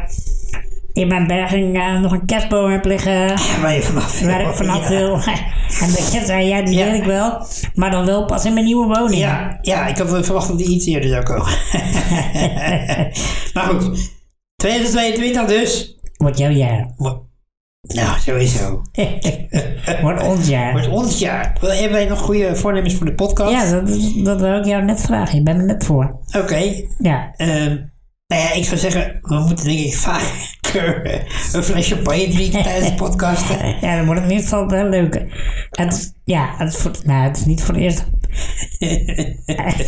in mijn berging eh, nog een kerstboom heb liggen
Waar je vanaf
waar ik vanaf wil. en dat je zei, ja, die
Ja.
wil ik wel, maar dan wel pas in mijn nieuwe woning.
Ja, ja, ik had wel verwacht dat die iets eerder zou komen. maar goed, 2022 dus.
Wordt jouw jaar.
Nou, sowieso.
Wordt ons jaar.
Wordt ons jaar. Wel, Hebben wij nog goede voornemens voor de podcast?
Ja, dat, dat wil ik jou net vragen. Je bent er net voor.
Oké.
Ja.
ehm, nou ja, ik zou zeggen, we moeten denk ik vaker een fles champagne drinken tijdens de podcast. hè?
Ja, dan wordt het in ieder geval wel leuk. Het, is- ja, het is, voor, nou, het is niet voor het eerst.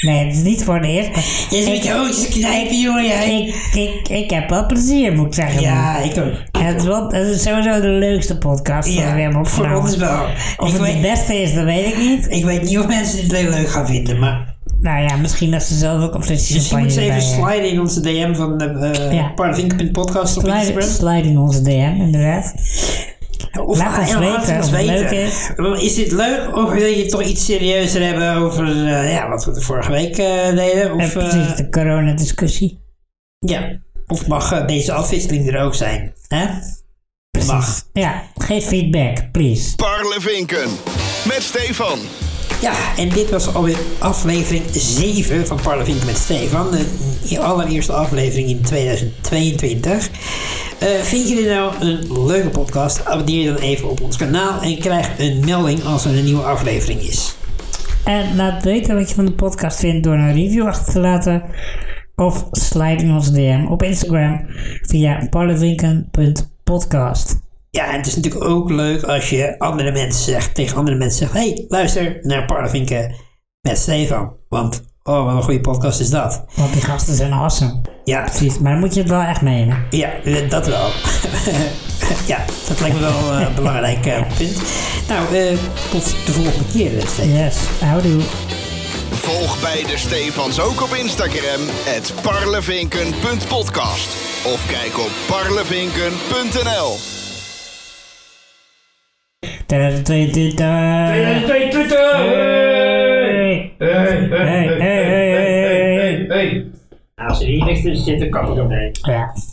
nee, het is niet voor het eerst. maar
Je zit je oogjes te knijpen, jongen. Jij.
Ik, ik, ik heb wel plezier, moet ik zeggen.
Ja, ik ook.
En het, is wel, het is sowieso de leukste podcast eh, die we
Ja,
hebben
voor
opgenomen.
ons wel.
Of
Ik
het de
weet,
beste is, dat weet ik niet.
ik weet niet of mensen dit heel leuk gaan vinden, maar...
Nou ja, misschien dat ze zelf ook een flesje
Misschien
champagne
moeten ze
erbij
even
eh, hebben.
sliden in onze DM van de eh
Ja.
Parvink.podcast op
Slide,
Instagram.
slide in onze DM, inderdaad.
Of
Laat ons
helemaal
weten
laat
of het leuk is.
Is dit leuk of wil je het toch iets serieuzer hebben over eh, ja, wat we de vorige week eh, deden?
Eh,
Of, eh,
precies, de coronadiscussie.
ja. of mag eh, deze afwisseling er ook zijn? Hè? Mag.
Ja, geef feedback, please.
Parlevinken met Stefan.
Ja, en dit was alweer aflevering 7 van Parlevink met Stefan. De allereerste aflevering in 2022. Eh, vind je dit nou een leuke podcast? Abonneer je dan even op ons kanaal en krijg een melding als er een nieuwe aflevering is.
En laat weten wat je van de podcast vindt door een review achter te laten. Of slide in ons DM op Instagram via parlevinken.podcast.
Ja, en het is natuurlijk ook leuk als je andere mensen zegt, tegen andere mensen zegt... hey, luister naar Parlevinken met Stefan. Want, oh, wat een goede podcast is dat.
Want die gasten zijn awesome.
Ja,
Precies, maar dan moet je het wel echt menen.
Ja, dat wel. ja, dat lijkt me wel eh, een belangrijk eh, punt. Nou, eh, tot de volgende keer. eh, Stefan.
Yes, houdoe.
Volg beide Stefans ook op Instagram, het parlevinken.podcast. Of kijk op parlevinken.nl.
2022.
Hey, Twitter!
Hey,
Hey,
hey, hey, hey, hey.
hey.
Nou, Als er hier niks tussen zit, dan kan ik ook mee.
Ja.